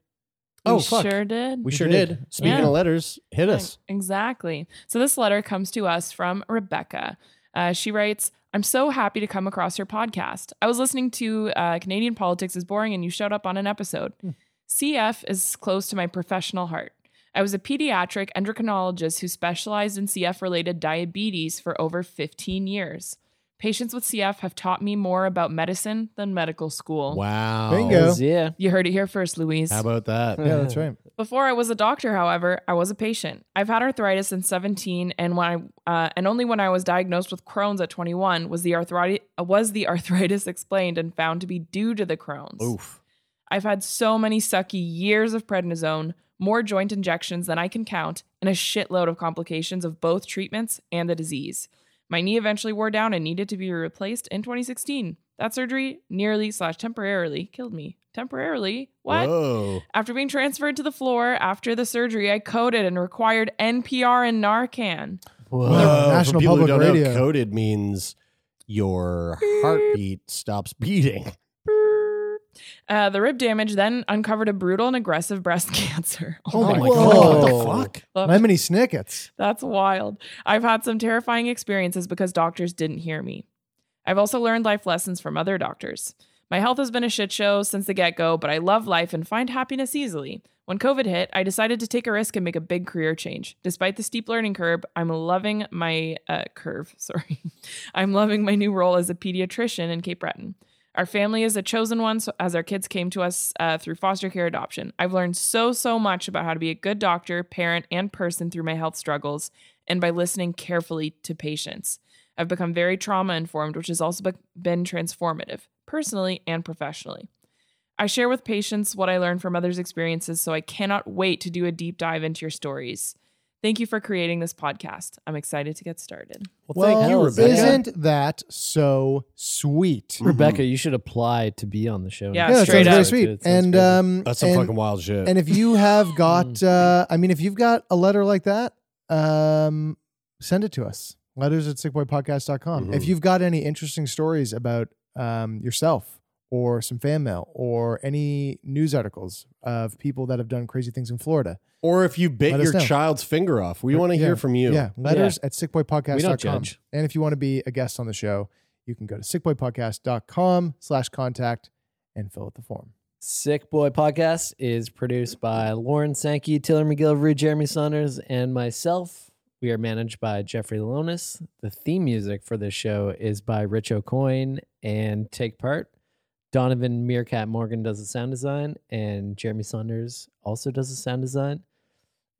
A: Oh,
D: we
A: fuck.
D: sure did.
A: We sure did. Speaking
D: Yeah.
A: of letters, hit us.
D: Exactly. So this letter comes to us from Rebecca. Uh, she writes, I'm so happy to come across your podcast. I was listening to uh, Canadian Politics is Boring and you showed up on an episode.
A: Hmm.
D: CF is close to my professional heart. I was a pediatric endocrinologist who specialized in CF related diabetes for over 15 years. Patients with CF have taught me more about medicine than medical school.
A: Wow.
B: Bingo.
A: <clears throat>
C: Yeah.
D: You heard it here first, Louise.
A: How about that?
B: Yeah, that's right.
D: Before I was a doctor, however, I was a patient. I've had arthritis since 17, and when I uh, and only when I was diagnosed with Crohn's at 21 was the arthritis was the <laughs> arthritis explained and found to be due to the Crohn's.
A: Oof.
D: I've had so many sucky years of prednisone, more joint injections than I can count, and a shitload of complications of both treatments and the disease. My knee eventually wore down and needed to be replaced in 2016. That surgery nearly slash temporarily killed me. Temporarily? What?
A: Whoa.
D: After being transferred to the floor after the surgery, I coded and required NPR and Narcan.
A: Whoa.
B: Well,
A: For
B: National
A: people who
B: Public
A: don't know,
B: Radio.
A: coded means your heartbeat stops beating.
D: Uh, the rib damage then uncovered a brutal and aggressive breast <laughs> cancer.
B: Oh, my
A: Whoa.
B: god!
A: What the
D: fuck?
B: Lemony Snickets.
D: That's wild. I've had some terrifying experiences because doctors didn't hear me. I've also learned life lessons from other doctors. My health has been a shit show since the get go, but I love life and find happiness easily. When COVID hit, I decided to take a risk and make a big career change. Despite the steep learning curve, I'm loving my uh, curve. <laughs> Sorry, I'm loving my new role as a pediatrician in Cape Breton. Our family is a chosen one, so as our kids came to us uh, through foster care adoption. I've learned so, so much about how to be a good doctor, parent, and person through my health struggles and by listening carefully to patients. I've become very trauma informed, which has also be- been transformative, personally and professionally. I share with patients what I learned from others' experiences, so I cannot wait to do a deep dive into your stories. Thank you for creating this podcast. I'm excited to get started.
B: Well,
C: thank you, Rebecca.
B: isn't that so sweet?
C: Rebecca, you should apply to be on the show.
D: Yeah,
B: Yeah, that
D: straight
B: sounds very
D: up.
B: sweet.
C: It sounds
B: and
C: good.
B: um,
A: That's some
B: and-
A: fucking Hmm. wild shit.
B: And if you
A: <laughs>
B: have got, uh, I mean, if you've got a letter like that, um, send it to us. Letters at sickboypodcast.com. If
A: Mhm.
B: you've got any interesting stories about um, yourself or some fan mail or any news articles of people that have done crazy things in Florida,
A: Or if you bit
B: Let us
A: your
B: know.
A: child's finger off, we want to hear
B: Yeah.
A: from you.
B: Yeah, letters at
C: We don't
B: sickboypodcast.com.
C: judge.
B: And if you want to be a guest on the show, you can go to sickboypodcast.com slash contact and fill out the form.
C: Sick Boy Podcast is produced by Lauren Sankey, Taylor McGillivray, Jeremy Saunders, and myself. We are managed by Jeffrey Lonis. The theme music for this show is by Rich O'Coin and Take Part. Donovan Meerkat Morgan does the sound design, and Jeremy Saunders also does the sound design.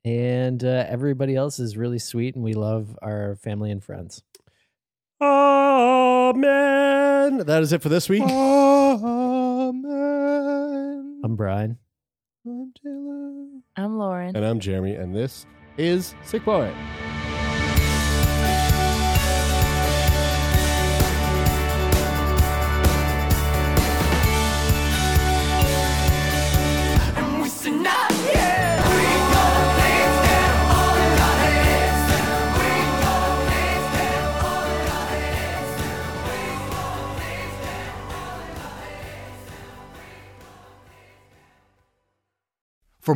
C: And uh, everybody else is really sweet, and we love our family and friends.
A: Oh man, that is it for this week.
C: I'm Brian.
D: I'm Lauren.
A: And I'm Jeremy, and this is Sick Boy.
G: And we say not yet. We got things that are all in our heads. We got things that are all in our heads. We got things that are all in our
J: For